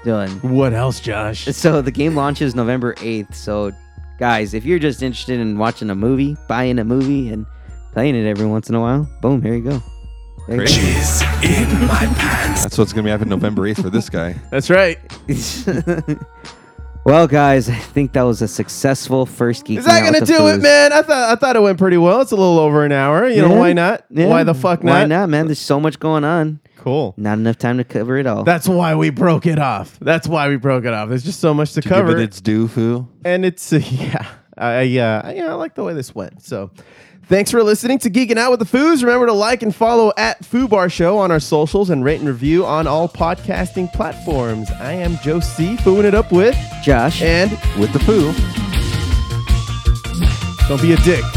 Done. What else, Josh? So the game launches November 8th. So, guys, if you're just interested in watching a movie, buying a movie, and playing it every once in a while, boom, here you go. There you Great. That's what's going to be happening November 8th for this guy. That's right. go. well, guys, I think that was a successful first geek. Is that Out gonna with the do it, Foos. man? I thought I thought it went pretty well. It's a little over an hour. You know Yeah. why not? Yeah. Why the fuck not? Why not, man? There's so much going on. Cool. Not enough time to cover it all. That's why we broke it off. That's why we broke it off. There's just so much to, To cover. give it its due, fool. and it's uh, yeah, I yeah, I, yeah, I like the way this went. So, thanks for listening to Geeking Out with the Foos. Remember to like and follow at Foo Bar Show on our socials and rate and review on all podcasting platforms. I am Joe C. Fooing it up with Josh. and With the fool. don't be a dick.